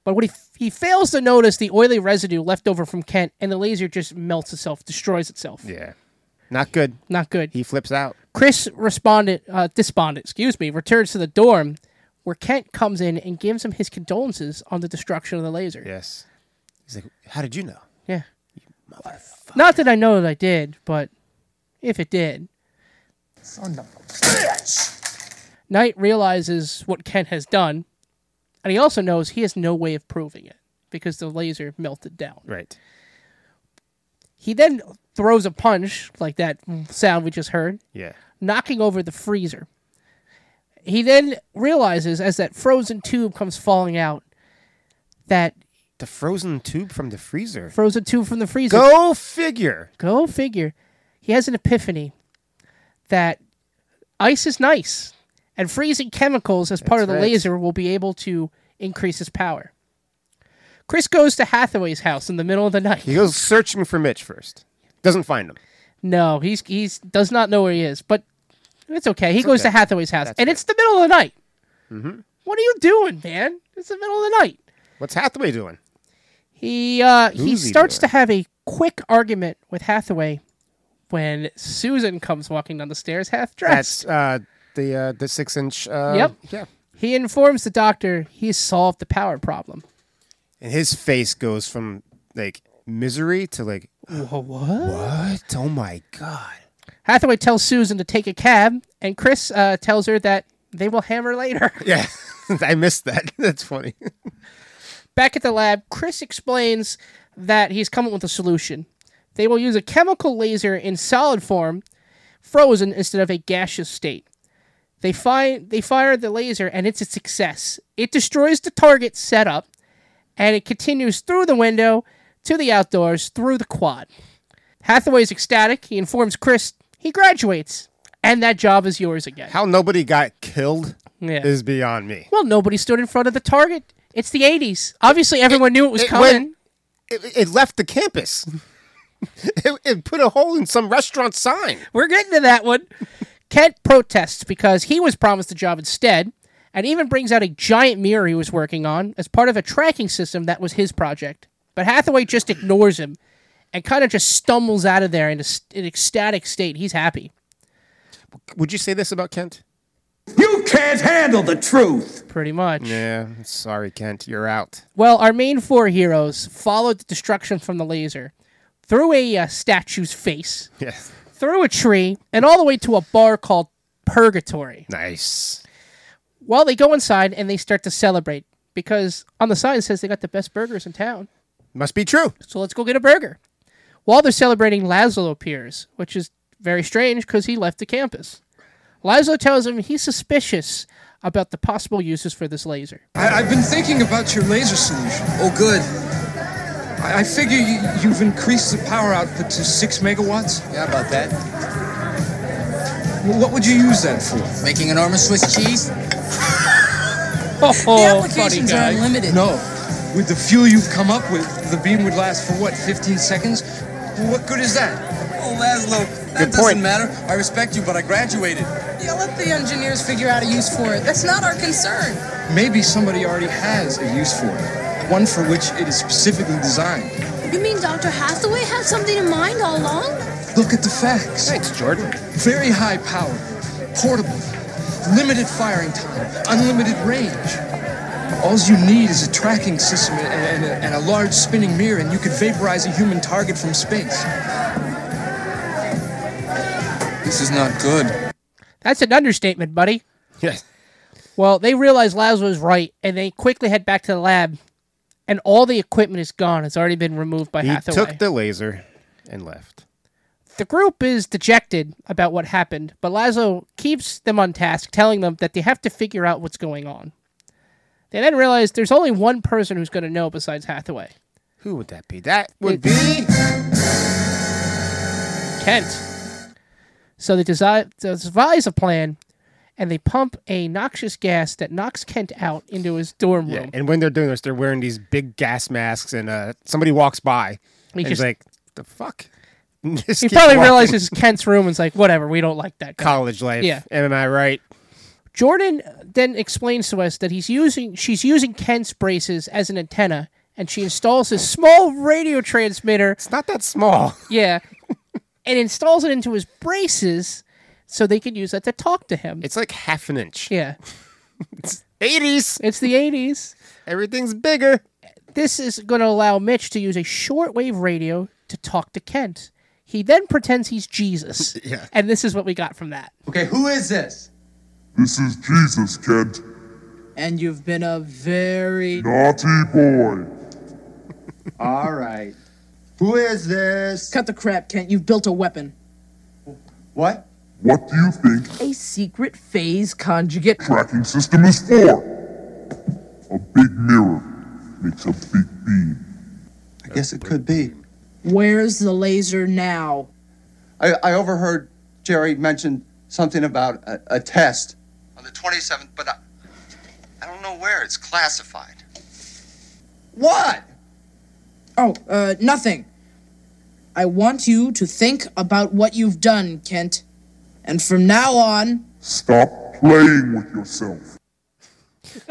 but what he he fails to notice the oily residue left over from Kent, and the laser just melts itself, destroys itself. Yeah. Not good. Not good. He flips out. Chris responded, uh, despondent, excuse me, returns to the dorm, where Kent comes in and gives him his condolences on the destruction of the laser. Yes. He's like, How did you know? Yeah. Not that I know that I did, but if it did. Knight realizes what Kent has done, and he also knows he has no way of proving it because the laser melted down. Right. He then throws a punch, like that sound we just heard, Yeah. knocking over the freezer. He then realizes as that frozen tube comes falling out that The frozen tube from the freezer. frozen tube from the freezer Go figure. Go figure. He has an epiphany that ice is nice, and freezing chemicals as part of the right. laser will be able to increase his power. Chris goes to Hathaway's house in the middle of the night. He goes searching for Mitch first. Doesn't find him. No, he's he's does not know where he is, but it's okay. He goes to Hathaway's house, and right. Mm-hmm. it's the middle of the night. What are you doing, man? It's the middle of the night. What's Hathaway doing? He uh, he Who's he starts to doing? have a quick argument with Hathaway when Susan comes walking down the stairs half dressed. That's uh, the uh, the six inch. Uh, Yep. Yeah. He informs the doctor he's solved the power problem. And his face goes from like misery to like What? what? Oh my god. Hathaway tells Susan to take a cab, and Chris uh, tells her that they will hammer later. Yeah. I missed that. That's funny. Back at the lab, Chris explains that he's come up with a solution. They will use a chemical laser in solid form, frozen instead of a gaseous state. They find they fire the laser and it's a success. It destroys the target setup and it continues through the window to the outdoors through the quad. Hathaway is ecstatic. He informs Chris he graduates and that job is yours again. How nobody got killed Yeah. is beyond me. well, nobody stood in front of the target. It's the 80s. Obviously, everyone knew it was it coming. went- It, it left the campus. it, it put a hole in some restaurant sign. We're getting to that one. Kent protests because he was promised a job instead, and even brings out a giant mirror he was working on as part of a tracking system that was his project. But Hathaway just ignores him and kind of just stumbles out of there in a s an ecstatic state. He's happy. Would you say this about Kent? You can't handle the truth. Pretty much. Yeah, sorry, Kent, you're out. Well, our main four heroes followed the destruction from the laser through a uh, statue's face, Yes. through a tree, and all the way to a bar called Purgatory. Nice. Well, they go inside and they start to celebrate because on the sign it says they got the best burgers in town. Must be true. So let's go get a burger. While they're celebrating, Lazlo appears, which is very strange because he left the campus. Lazlo tells him he's suspicious about the possible uses for this laser. I, I've been thinking about your laser solution. Oh, good. I, I figure you, you've increased the power output to six megawatts. Yeah, about that. Wh- What would you use that for? Making an arm of Swiss cheese? Oh, the funny applications are guy. unlimited. No. With the fuel you've come up with, the beam would last for what, 15 seconds? What good is that? Oh, Laszlo, Good that doesn't point. matter. I respect you, but I graduated. Yeah, let the engineers figure out a use for it. That's not our concern. Maybe somebody already has a use for it, one for which it is specifically designed. You mean Dr. Hathaway had something in mind all along? Look at the facts. Thanks, Jordan. Very high power, portable, limited firing time, unlimited range. All you need is a tracking system and, and, a, and a large spinning mirror, and you could vaporize a human target from space. This is not good. That's an understatement, buddy. Yes. Well, they realized Laz was right, and they quickly head back to the lab. And all the equipment is gone. It's already been removed by He Hathaway. took the laser and left. The group is dejected about what happened, but Lazo keeps them on task, telling them that they have to figure out what's going on. They then realize there's only one person who's going to know besides Hathaway Who would that be? That would be. It's- Kent. So they desi- devise a plan and they pump a noxious gas that knocks Kent out into his dorm Yeah, room. and when they're doing this, they're wearing these big gas masks, and uh, somebody walks by. He and he's just- like, "The fuck." And just he keep probably walking. realizes it's Kent's room and is like, whatever, we don't like that guy. college life. Yeah. am I right? Jordan then explains to us that he's using she's using Kent's braces as an antenna and she installs a small radio transmitter It's not that small. yeah and installs it into his braces so they can use that to talk to him. It's like half an inch. yeah. Eighties. It's the 80s. Everything's bigger. This is going to allow Mitch to use a shortwave radio to talk to Kent. He then pretends he's Jesus. Yeah. And this is what we got from that. Okay, who is this? This is Jesus, Kent. And you've been a very Naughty boy. All right. Who is this? cut the crap, Kent. You've built a weapon, What? What do you think a secret phase conjugate. tracking system is for? A big mirror makes a big beam. I guess it could be. Where's the laser now? I, I overheard Jerry mention something about a, a test on the 27th, but I, I don't know where. It's classified. What? Oh, uh, nothing. I want you to think about what you've done, Kent. And from now on, Stop playing with yourself.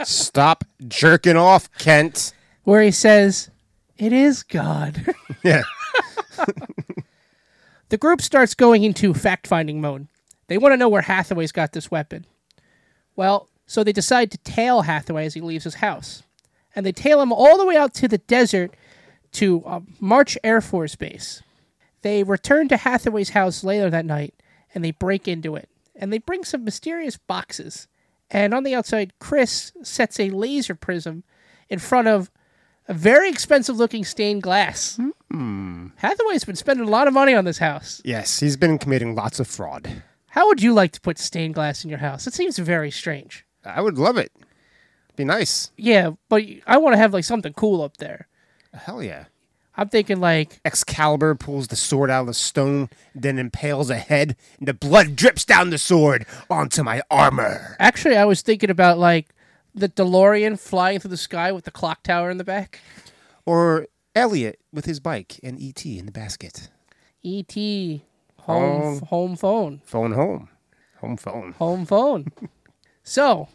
Stop jerking off, Kent. where he says, It is God. Yeah. the group starts going into fact finding mode. They want to know where Hathaway's got this weapon. Well, so they decide to tail Hathaway as he leaves his house. And they tail him all the way out to the desert to uh, March Air Force Base. They return to Hathaway's house later that night and they break into it. And they bring some mysterious boxes. And on the outside, Chris sets a laser prism in front of a very expensive looking stained glass. Hathaway's been spending a lot of money on this house. Yes, he's been committing lots of fraud. How would you like to put stained glass in your house? It seems very strange. I would love it. Be nice. Yeah, but I want to have like something cool up there. Hell yeah. I'm thinking like, Excalibur pulls the sword out of the stone, then impales a head, and the blood drips down the sword onto my armor. actually, I was thinking about like the DeLorean flying through the sky with the clock tower in the back. Or Elliot with his bike and E.T. in the basket. E.T. home Home. E home phone Phone home. Home phone. home phone. so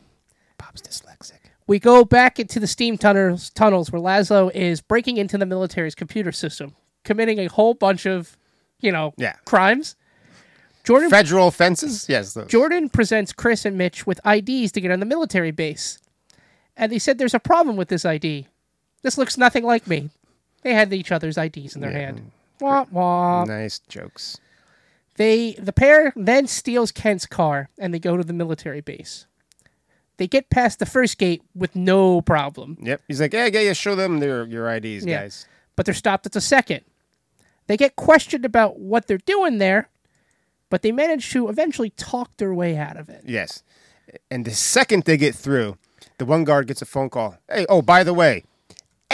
Bob's dyslexic. we go back into the steam tunnels tunnels where Laszlo is breaking into the military's computer system, committing a whole bunch of, you know, Yeah. crimes. Jordan Federal offenses? Yes. those. Jordan presents Chris and Mitch with IDs to get on the military base. And they said there's a problem with this ID. This looks nothing like me. They had each other's IDs in their hand. Wah, wah. nice jokes. They the pair then steals Kent's car and they go to the military base. They get past the first gate with no problem. Yep. He's like, yeah, yeah, yeah, show them their, your IDs, Yeah. guys. but they're stopped at the second. They get questioned about what they're doing there, but they manage to eventually talk their way out of it. Yes. And the second they get through, the one guard gets a phone call. Hey, oh, by the way,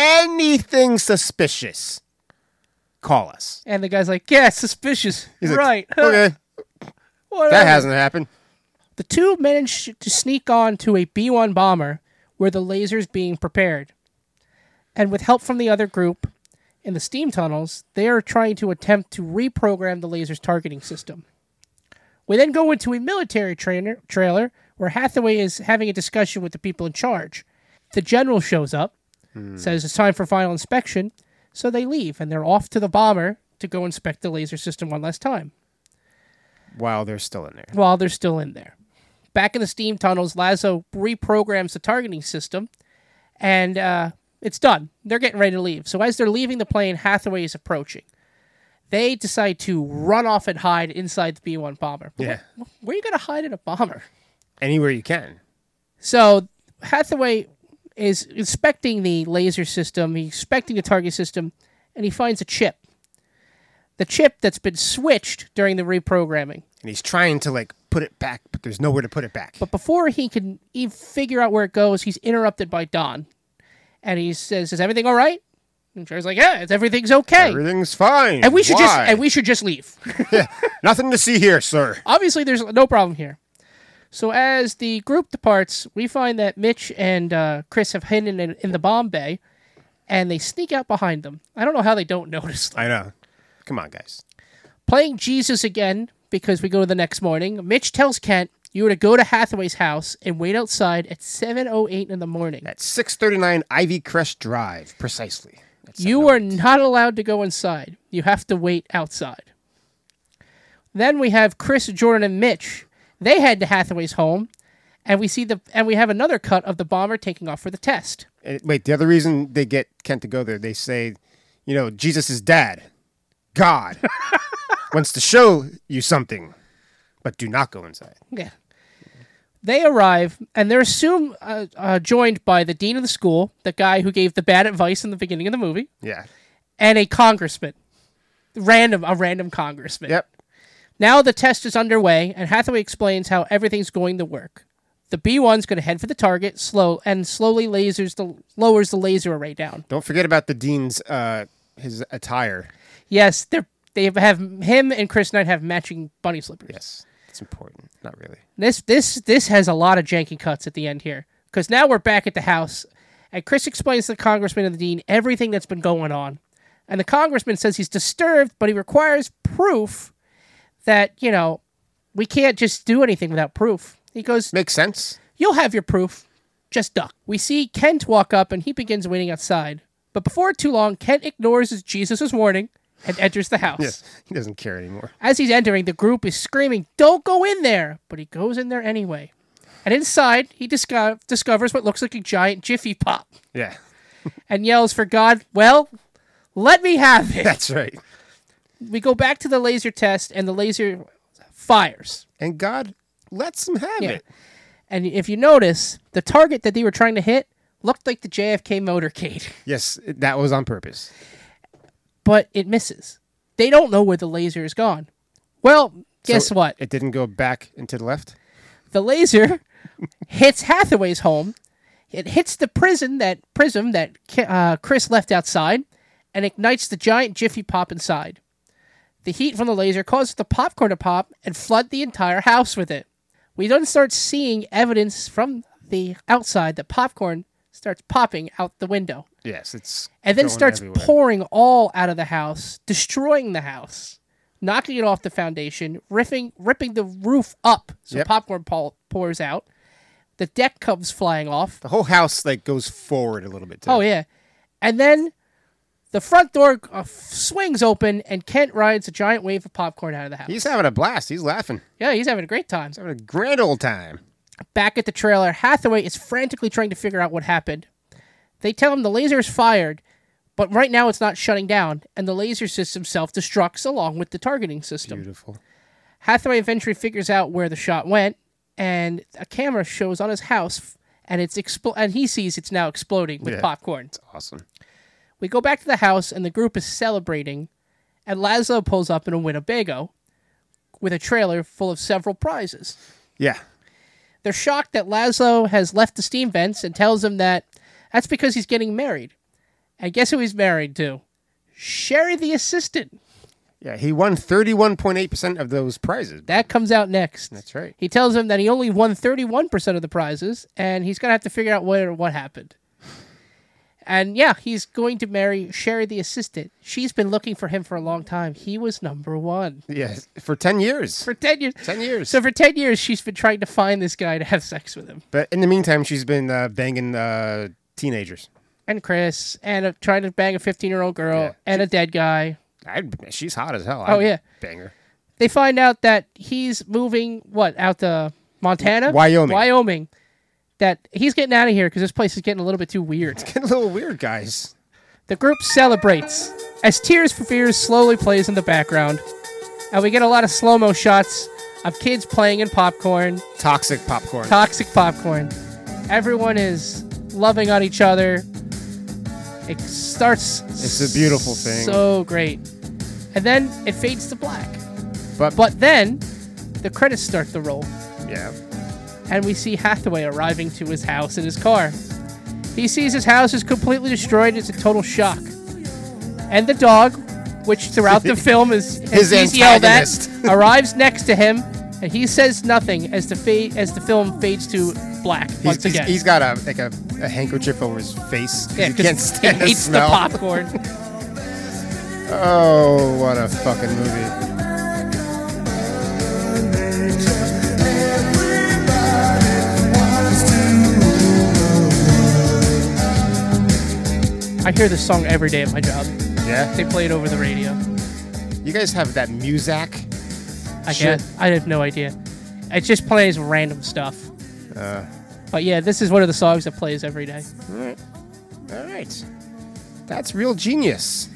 anything suspicious, call us. And the guy's like, yeah, suspicious. He's like, right. okay. Whatever. That hasn't happened. The two managed to sneak on to a B 1 bomber where the laser is being prepared. And with help from the other group in the steam tunnels, they are trying to attempt to reprogram the laser's targeting system. We then go into a military trainer, trailer where Hathaway is having a discussion with the people in charge. The general shows up, says it's time for final inspection, so they leave and they're off to the bomber to go inspect the laser system one last time While they're still in there. while they're still in there. Back in the steam tunnels, Lazo reprograms the targeting system, and uh, it's done. They're getting ready to leave. So as they're leaving the plane, Hathaway is approaching. They decide to run off and hide inside the B one bomber. But Yeah. wh- where are you gonna hide in a bomber? Anywhere you can. So Hathaway is inspecting the laser system, he's inspecting the target system, and he finds a chip. The chip that's been switched during the reprogramming. And he's trying to like put it back, but there's nowhere to put it back. But before he can even figure out where it goes, he's interrupted by Don. And he says, Is everything all right? And Jerry's like, Yeah, it's- everything's okay. Everything's fine. and we should just Why? and we should just leave. Nothing to see here, sir. Obviously there's no problem here. So as the group departs, we find that Mitch and uh, Chris have hidden in, in the bomb bay and they sneak out behind them. I don't know how they don't notice them. I know. Come on, guys. Playing Jesus again because we go to the next morning. Mitch tells Kent you were to go to Hathaway's house and wait outside at 7:08 in the morning. At 639 Ivy Crest Drive, precisely. You are not allowed to go inside. You have to wait outside. Then we have Chris, Jordan, and Mitch. They head to Hathaway's home, and we see the and we have another cut of the bomber taking off for the test. And wait, the other reason they get Kent to go there, they say, you know, Jesus is dad. God wants to show you something, but do not go inside. Yeah. They arrive, and they're assumed uh, uh, joined by the dean of the school, the guy who gave the bad advice in the beginning of the movie, Yeah. and a congressman, random a random congressman. Yep. Now the test is underway, and Hathaway explains how everything's going to work. The B one's going to head for the target, slow and slowly lasers the lowers the laser array down. Don't forget about the dean's uh his attire. Yes, they're they have him and Chris Knight have matching bunny slippers. Yes, it's important. Not really. This this this has a lot of janky cuts at the end here because now we're back at the house, and Chris explains to the congressman and the dean everything that's been going on, and the congressman says he's disturbed, but he requires proof that you know we can't just do anything without proof. He goes, Makes sense. "You'll have your proof, just duck." We see Kent walk up, and he begins waiting outside. But before too long, Kent ignores his Jesus' warning and enters the house. Yes. He doesn't care anymore. As he's entering, the group is screaming, Don't go in there! But he goes in there anyway. And inside, he disco- discovers what looks like a giant Jiffy Pop Yeah. and yells for God, Well, let me have it! That's right. we go back to the laser test, and the laser fires. And God lets him have Yeah. it. And if you notice, the target that they were trying to hit looked like the JFK motorcade, Yes, it- that was on purpose. but it misses. They don't know where the laser is gone. Well, guess So what? It didn't go back and to the left. the laser hits Hathaway's home. It hits the prison that prism that Ki- uh, Chris left outside, and ignites the giant Jiffy Pop inside. The heat from the laser causes the popcorn to pop and flood the entire house with it. We then start seeing evidence from the outside that popcorn starts popping out the window, Yes, it's and then going starts everywhere. pouring all out of the house, destroying the house, knocking it off the foundation, ripping ripping the roof up so Yep. popcorn po- pours out. The deck comes flying off. The whole house like goes forward a little bit. Too. Oh yeah, and then the front door uh, swings open, and Kent rides a giant wave of popcorn out of the house. He's having a blast. He's laughing. yeah, he's having a great time. Having a grand old time. Back at the trailer, Hathaway is frantically trying to figure out what happened. They tell him the laser is fired, but right now it's not shutting down, and the laser system self destructs along with the targeting system. Beautiful. Hathaway eventually figures out where the shot went, and a camera shows on his house, f- and it's expl- and he sees it's now exploding with Yeah. popcorn. Awesome. We go back to the house, and the group is celebrating, and Laszlo pulls up in a Winnebago with a trailer full of several prizes. Yeah. They're shocked that Laszlo has left the steam vents and tells them that that's because he's getting married. And guess who he's married to? Sherry the assistant. Yeah, he won 31.8% of those prizes. That comes out next. That's right. He tells him that he only won 31% of the prizes and he's going to have to figure out where what happened. And yeah, he's going to marry Sherry the assistant. She's been looking for him for a long time. He was number 1. Yes, for 10 years. For 10 years. 10 years. So for 10 years she's been trying to find this guy to have sex with him. But in the meantime, she's been uh, banging uh, teenagers. And Chris and uh, trying to bang a 15-year-old girl Yeah. and a dead guy. I'd, she's hot as hell. Oh, I'd yeah. Bang her. they find out that he's moving what out to Montana, Wyoming. Wyoming. That he's getting out of here because this place is getting a little bit too weird. Getting a little weird, guys. The group celebrates as Tears for Fears slowly plays in the background, and we get a lot of slow mo shots of kids playing in popcorn, Toxic popcorn. toxic popcorn. Everyone is loving on each other. It starts. It's a beautiful thing. So great, and then it fades to black. But- but then the credits start to roll. yeah. and we see Hathaway arriving to his house in his car. He sees his house is completely destroyed. It's a total shock. And the dog, which throughout the film is His he's yelled at, antagonist. arrives next to him, and he says nothing as the fa- as the film fades to black He's, once he's- again. he's got a like a, a handkerchief over his face. 'cause Yeah, he 'cause can't stand he hates smell. the popcorn. Oh, what a fucking movie. I hear this song every day at my job. Yeah. They play it over the radio. You guys have that Muzak? I Shit. guess I have no idea. It just plays random stuff. Uh. But yeah, this is one of the songs that plays every day. All right. That's real genius.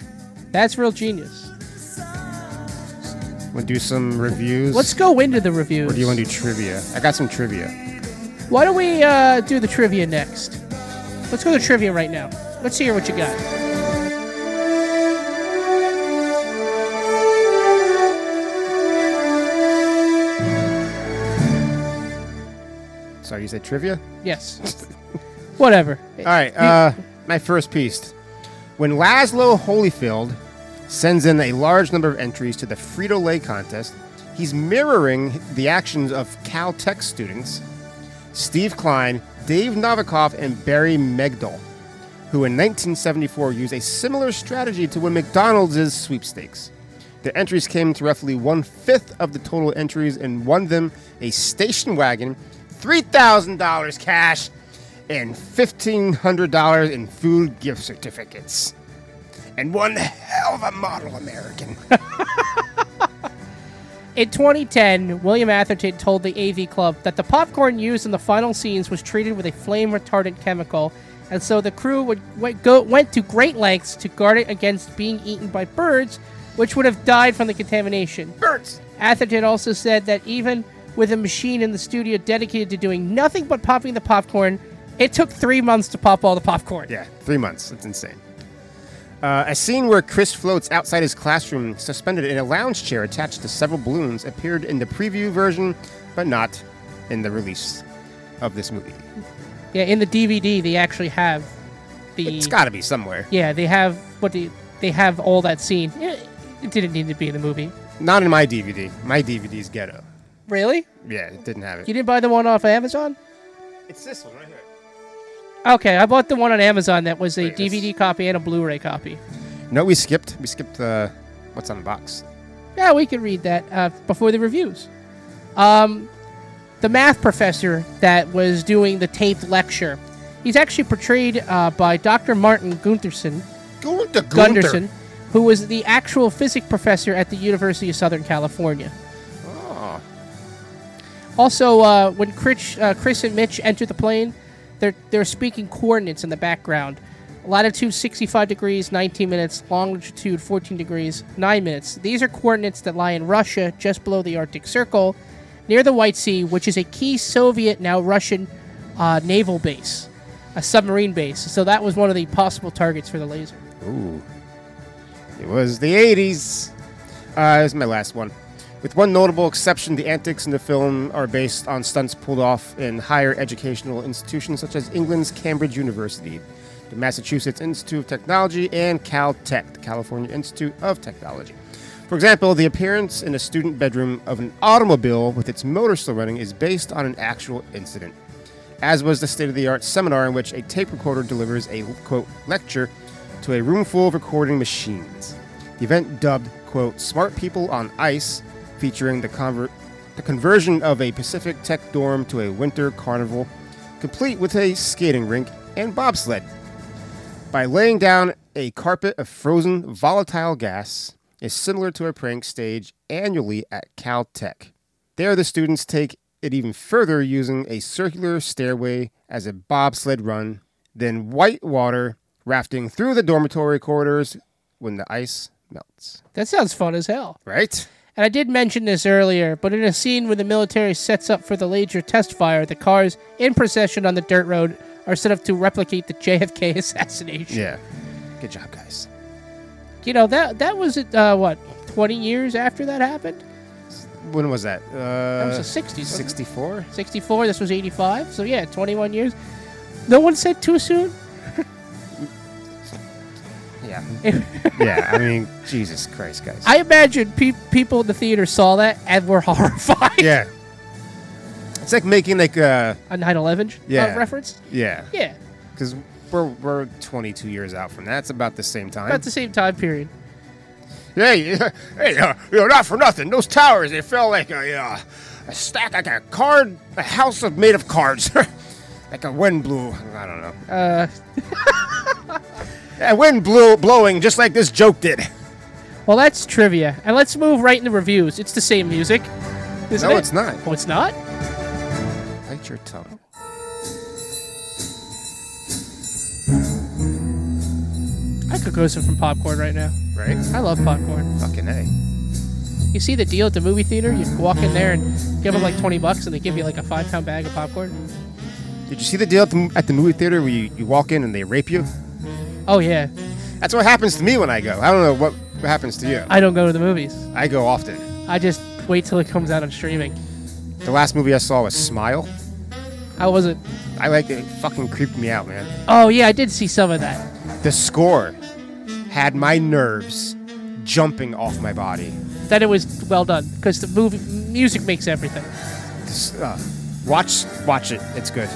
That's real genius. We'll do some reviews. Let's go into the reviews. Or do you want to do trivia? I got some trivia. Why don't we uh, do the trivia next? Let's go to trivia right now. Let's hear what you got. Sorry, you said trivia? Yes. Whatever. All right. Uh, my first piece. When Laszlo Holyfield sends in a large number of entries to the Frito Lay contest, he's mirroring the actions of Caltech students Steve Klein, Dave Novikov, and Barry Megdal, who in 1974 used a similar strategy to win McDonald's sweepstakes. Their entries came to roughly one fifth of the total entries and won them a station wagon, $3,000 cash, and $1,500 in food gift certificates. And one hell of a model American. In 2010, William Atherton told the AV Club that the popcorn used in the final scenes was treated with a flame retardant chemical, and so the crew would went, go, went to great lengths to guard it against being eaten by birds, which would have died from the contamination. Birds! Atherton also said that even with a machine in the studio dedicated to doing nothing but popping the popcorn, it took three months to pop all the popcorn. Yeah, three months. That's insane. Uh, a scene where Chris floats outside his classroom, suspended in a lounge chair attached to several balloons, appeared in the preview version, but not in the release of this movie. Yeah, in the DVD they actually have the It's got to be somewhere. Yeah, they have what the, they have all that scene. It, it didn't need to be in the movie. Not in my DVD. My DVD's ghetto. Really? Yeah, it didn't have it. You didn't buy the one off Amazon? It's this one right here. Okay, I bought the one on Amazon that was a Wait, DVD it's- copy and a Blu-ray copy. No, we skipped. We skipped the what's on the box. Yeah, we can read that uh, before the reviews. Um, the math professor that was doing the taped lecture, he's actually portrayed uh, by Dr. Martin Gunterson, Go to Gunderson, who was the actual physics professor at the University of Southern California. Also, uh, when Chris, uh, Chris and Mitch enter the plane, they're, they're speaking coordinates in the background. Latitude 65 degrees, 19 minutes. Longitude 14 degrees, 9 minutes. These are coordinates that lie in Russia, just below the Arctic Circle, near the White Sea, which is a key Soviet, now Russian, uh, naval base, a submarine base. So that was one of the possible targets for the laser. Ooh. It was the 80s. Uh, this is my last one. With one notable exception, the antics in the film are based on stunts pulled off in higher educational institutions such as England's Cambridge University, the Massachusetts Institute of Technology, and Caltech, the California Institute of Technology. For example, the appearance in a student bedroom of an automobile with its motor still running is based on an actual incident, as was the state of the art seminar in which a tape recorder delivers a quote lecture to a room full of recording machines. The event dubbed quote Smart People on Ice, featuring the conver- the conversion of a Pacific Tech dorm to a winter carnival, complete with a skating rink and bobsled. By laying down a carpet of frozen volatile gas is similar to a prank stage annually at Caltech. There the students take it even further using a circular stairway as a bobsled run, then white water rafting through the dormitory corridors when the ice melts. That sounds fun as hell. Right? And I did mention this earlier, but in a scene where the military sets up for the laser test fire, the cars in procession on the dirt road are set up to replicate the JFK assassination. Yeah. Good job, guys. You know that that was uh, what twenty years after that happened. When was that? Uh, that was the sixties. Sixty-four. Sixty-four. This was eighty-five. So yeah, twenty-one years. No one said too soon. Yeah. yeah. I mean, Jesus Christ, guys. I imagine pe- people in the theater saw that and were horrified. yeah. It's like making like a A 9/11 Yeah. uh, reference. yeah, Yeah. because we're we're 22 years out from that. It's about the same time. About the same time period. Hey, uh, hey, uh, you know, not for nothing. Those towers, they felt like a, uh, a stack, like a card, a house of made of cards. like a wind blew. I don't know. Uh, A wind blew, blowing just like this joke did. well, that's trivia. And let's move right into reviews. It's the same music. Isn't no, it? it's not. Oh, it's not. Bite your tongue. I could go some from popcorn right now. Right? I love popcorn. Fucking A. You see the deal at the movie theater? You walk in there and give them like twenty bucks, and they give you like a five pound bag of popcorn. Did you see the deal at the, at the movie theater where you, you walk in and they rape you? Oh yeah, That's what happens to me when I go. I don't know what happens to you. I don't go to the movies. I go often. I just wait till it comes out on streaming. The last movie I saw was Smile. I wasn't. I like it. Fucking creeped me out, man. Oh yeah, I did see some of that. The score had my nerves jumping off my body. That it was well done because the movie music makes everything. Just, uh, watch, watch it. It's good.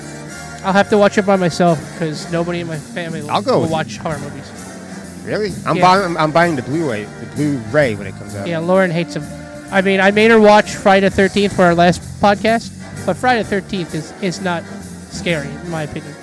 I'll have to watch it by myself because nobody in my family will, I'll go will with you. watch horror movies. Really? I'm Yeah. buying. I'm, I'm buying the Blu-ray. The Blu-ray when it comes out. Yeah, Lauren hates them. I mean, I made her watch Friday the 13th for our last podcast, but Friday the 13th is, is not scary, in my opinion.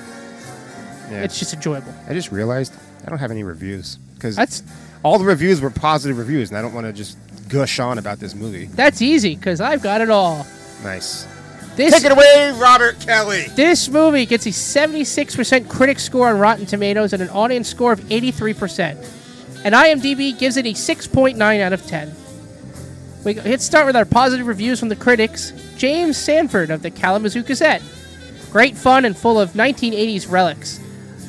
Yeah. It's just enjoyable. I just realized I don't have any reviews because That's all the reviews were positive reviews, and I don't want to just gush on about this movie. that's easy because I've got it all. Nice. This Take it away, Robert Kelly. This movie gets a 76% critic score on Rotten Tomatoes and an audience score of 83%. And IMDb gives it a 6.9 out of 10. We let's start with our positive reviews from the critics. James Sanford of the Kalamazoo Gazette. Great fun and full of 1980s relics.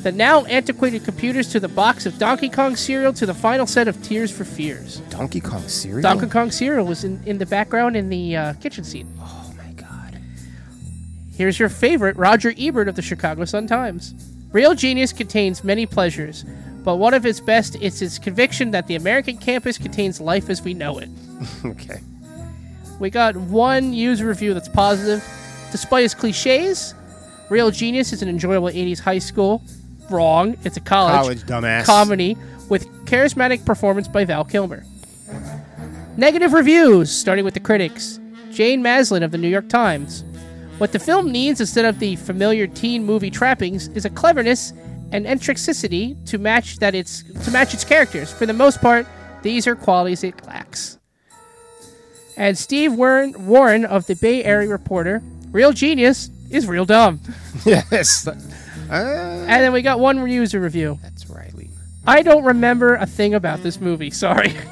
The now antiquated computers to the box of Donkey Kong cereal to the final set of Tears for Fears. Donkey Kong cereal. Donkey Kong cereal was in, in the background in the uh, kitchen scene. Oh my god. Here's your favorite, Roger Ebert of the Chicago Sun Times. Real genius contains many pleasures, but one of its best is its conviction that the American campus contains life as we know it. Okay. We got one user review that's positive. Despite its cliches, Real Genius is an enjoyable 80s high school. Wrong. It's a college. College dumbass. Comedy with charismatic performance by Val Kilmer. Negative reviews, starting with the critics. Jane Maslin of the New York Times. What the film needs instead of the familiar teen movie trappings is a cleverness and intricacy to match that it's to match its characters. For the most part, these are qualities it lacks. And Steve Warren, Warren of the Bay Area Reporter, real genius is real dumb. yes. Uh, And then we got one user review. that's Riley. I don't remember a thing about this movie. Sorry.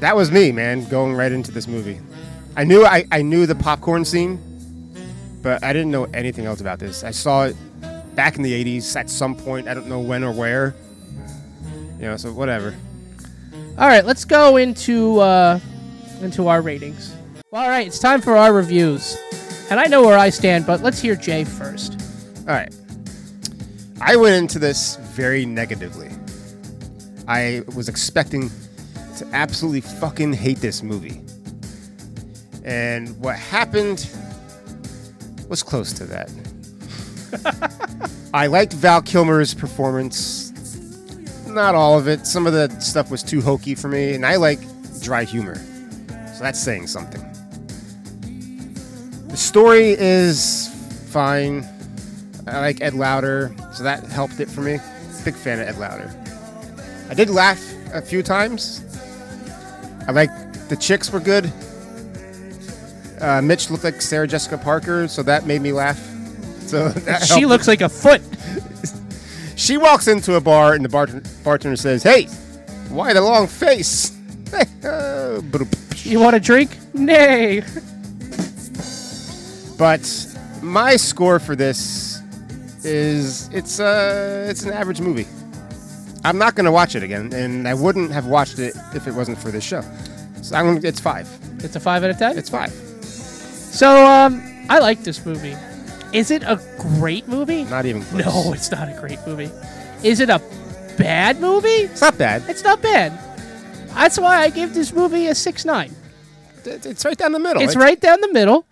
That was me, man, going right into this movie. I knew I, I knew the popcorn scene, but I didn't know anything else about this. I saw it back in the '80s at some point. I don't know when or where. You know, so whatever. All right, let's go into uh, and to our ratings. Well, all right, it's time for our reviews. And I know where I stand, but let's hear Jay first. All right. I went into this very negatively. I was expecting to absolutely fucking hate this movie. And what happened was close to that. I liked Val Kilmer's performance. Not all of it. Some of the stuff was too hokey for me, and I like dry humor. So that's saying something. The story is fine. I like Ed Lauder, so that helped it for me. Big fan of Ed Lauder. I did laugh a few times. I like the chicks were good. Uh, Mitch looked like Sarah Jessica Parker, so that made me laugh. So that she helped. looks like a foot. She walks into a bar, and the bart- bartender says, "Hey, why the long face?" You want a drink? Nay. But my score for this is it's uh it's an average movie. I'm not gonna watch it again, and I wouldn't have watched it if it wasn't for this show. So I'm, it's five. It's a five out of ten. It's five. So, um, I like this movie. Is it a great movie? Not even close. No, it's not a great movie. Is it a bad movie? It's not bad. It's not bad. That's why I give this movie a six nine. It- It's right down the middle. It's, right down the middle.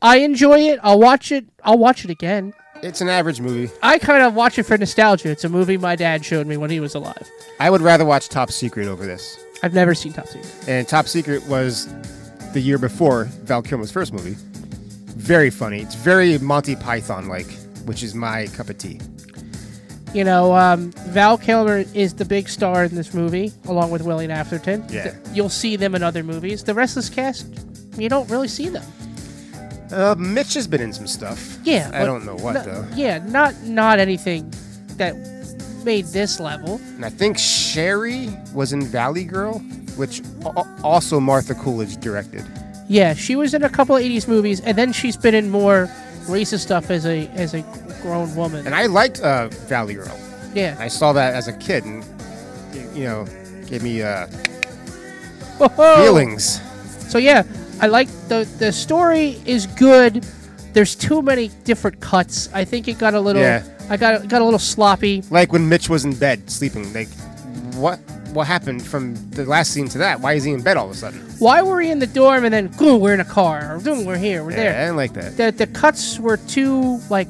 I enjoy it. I'll watch it. I'll watch it again. It's an average movie. I kind of watch it for nostalgia. It's a movie my dad showed me when he was alive. I would rather watch Top Secret over this. I've never seen Top Secret. And Top Secret was the year before Val Kilmer's first movie. Very funny. It's very Monty Python like, which is my cup of tea. You know, um, Val Kilmer is the big star in this movie, along with William Atherton. Yeah. Th- You'll see them in other movies. The Restless cast, you don't really see them. Uh, Mitch has been in some stuff. Yeah. I but don't know what no- though. Yeah, not not anything that made this level. And I think Sherry was in Valley Girl, which a- also Martha Coolidge directed. Yeah, she was in a couple of 80s movies, and then she's been in more racist stuff as a as a grown woman. And I liked uh, Valley Girl. Yeah. I saw that as a kid, and it, you know, gave me uh, Whoa! feelings. So yeah, I like the the story is good. There's too many different cuts. I think it got a little. Yeah. I got got a little sloppy. Like when Mitch was in bed sleeping. Like, what what happened from the last scene to that? Why is he in bed all of a sudden? Why were we in the dorm and then "Goo, we're in a car? Or "Goo, we're here, we're Yeah, I there. didn't like that. The the cuts were too like.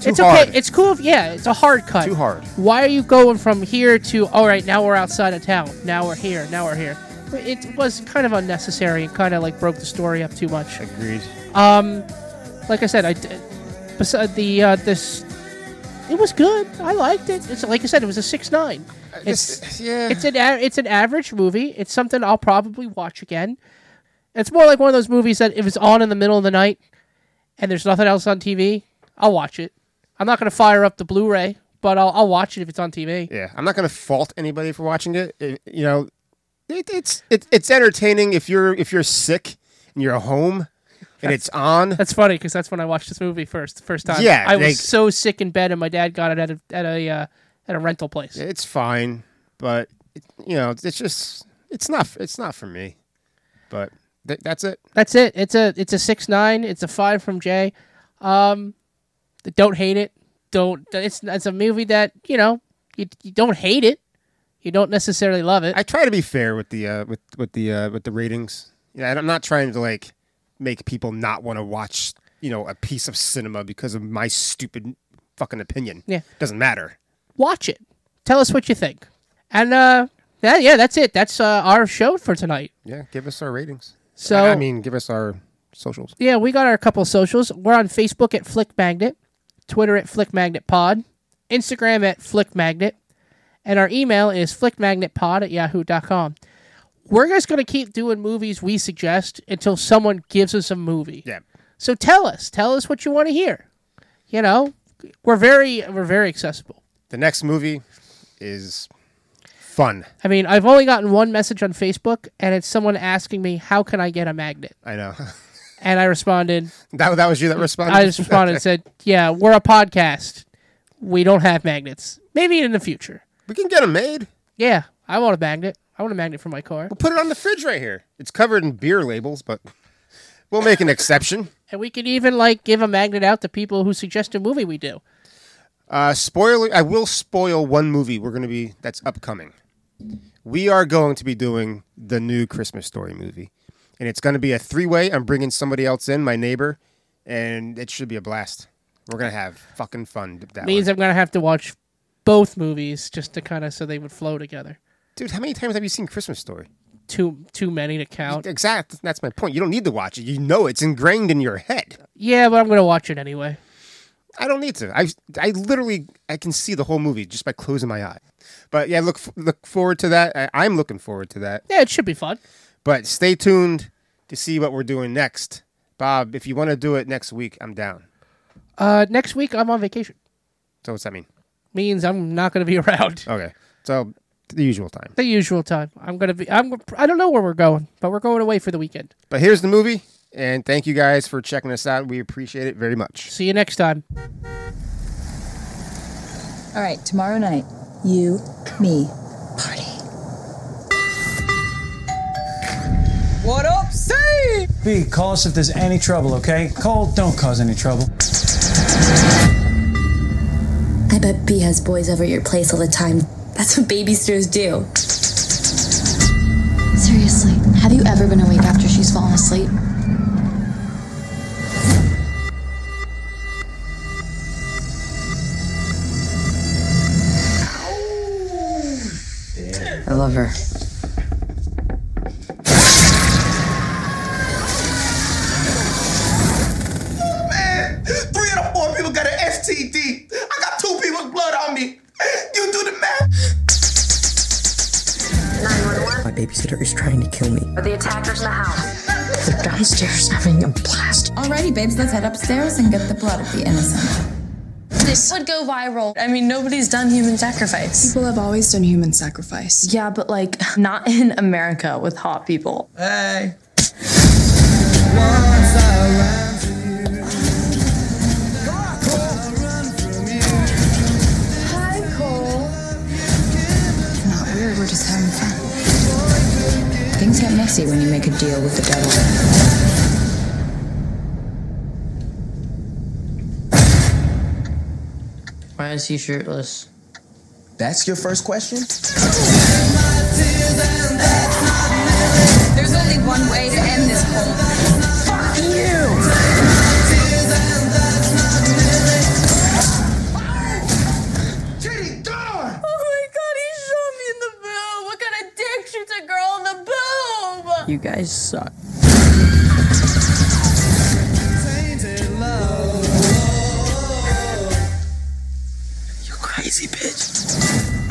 Too it's hard. okay. It's cool. If, yeah, it's a hard cut. Too hard. Why are you going from here to all right? Now we're outside of town. Now we're here. Now we're here. It was kind of unnecessary and kind of like broke the story up too much. Agreed. Um, like I said, I did. Beside the uh, this, it was good. I liked it. It's like I said, it was a six nine. Uh, It's yeah. It's an a- it's an average movie. It's something I'll probably watch again. It's more like one of those movies that if it's on in the middle of the night and there's nothing else on TV, I'll watch it. I'm not gonna fire up the Blu-ray, but I'll, I'll watch it if it's on TV. Yeah, I'm not gonna fault anybody for watching it. It- you know, it, it's it, it's entertaining if you're if you're sick and you're home and it's on. That's funny because that's when I watched this movie first, the first time. Yeah, I was like- so sick in bed, and my dad got it at a at a uh, at a rental place. It's fine, but it, you know, it's just it's not it's not for me. But th- that's it. That's it. It's a it's a six nine. It's a five from Jay. Um, don't hate it. Don't. It's it's a movie that you know you, you don't hate it. You don't necessarily love it. I try to be fair with the uh, with with the uh, with the ratings. You know, and I'm not trying to like make people not want to watch you know a piece of cinema because of my stupid fucking opinion. Yeah. doesn't matter. Watch it. Tell us what you think. And uh, that, yeah, that's it. That's uh, our show for tonight. Yeah, give us our ratings. So- I I mean, give us our socials. Yeah, we got our couple socials. We're on Facebook at Flick Magnet, Twitter at Flick Magnet Pod, Instagram at Flick Magnet, and our email is flickmagnetpod at yahoo.com. We're just going to keep doing movies we suggest until someone gives us a movie. Yeah. So tell us, tell us what you want to hear. You know, we're very we're very accessible. The next movie is fun. I mean, I've only gotten one message on Facebook and it's someone asking me, "How can I get a magnet?" I know. And I responded, that that was you that responded. I just responded and said, "Yeah, we're a podcast. We don't have magnets. Maybe in the future. we can get them made. Yeah, I want a magnet. I want a magnet for my car. We'll put it on the fridge right here. It's covered in beer labels, but we'll make an exception. And we could even like give a magnet out to people who suggest a movie we do. Uh, spoiler: I will spoil one movie. We're going to be that's upcoming. We are going to be doing the new Christmas Story movie, and it's going to be a three-way. I'm bringing somebody else in, my neighbor, and it should be a blast. We're going to have fucking fun. with That Means one. I'm gonna have to watch both movies just to kind of so they would flow together. dude. How many times have you seen Christmas Story? Too too many to count. Exactly. That's my point. You don't need to watch it. You know it's ingrained in your head. Yeah, but I'm gonna watch it anyway. I don't need to. I I literally I can see the whole movie just by closing my eye. But yeah, look f- look forward to that. I, I'm looking forward to that. Yeah, it should be fun. But stay tuned to see what we're doing next. Bob, if you want to do it next week, I'm down. Uh, next week I'm on vacation. So what's that mean? Means I'm not gonna be around. Okay. So the usual time. The usual time. I'm gonna be. I'm. I don't know where we're going, but we're going away for the weekend. But here's the movie, and thank you guys for checking us out. We appreciate it very much. See you next time. All right, tomorrow night, you, me. What up, Steve? B, call us if there's any trouble, okay? Call, don't cause any trouble. I bet B has boys over at your place all the time. That's what babysitters do. Seriously, have you ever been awake after she's fallen asleep? I love her. Man, three out of four people got an STD. I got two people's blood on me. You do the math. My babysitter is trying to kill me. Are the attackers in the house? They're downstairs having a blast. Alrighty, babes, let's head upstairs and get the blood of the innocent. This would go viral. I mean, nobody's done human sacrifice. People have always done human sacrifice. Yeah, but like, not in America with hot people. Hey. Hi, Cole. Not weird, we're just having fun. Things get messy when you make a deal with the devil. Why is he shirtless? That's your first question? There's only one way to end this whole Fuck you! Jenny, Oh my god, he shot me in the boob! What kind of dick shoots a girl in the boob? You guys suck. You crazy bitch.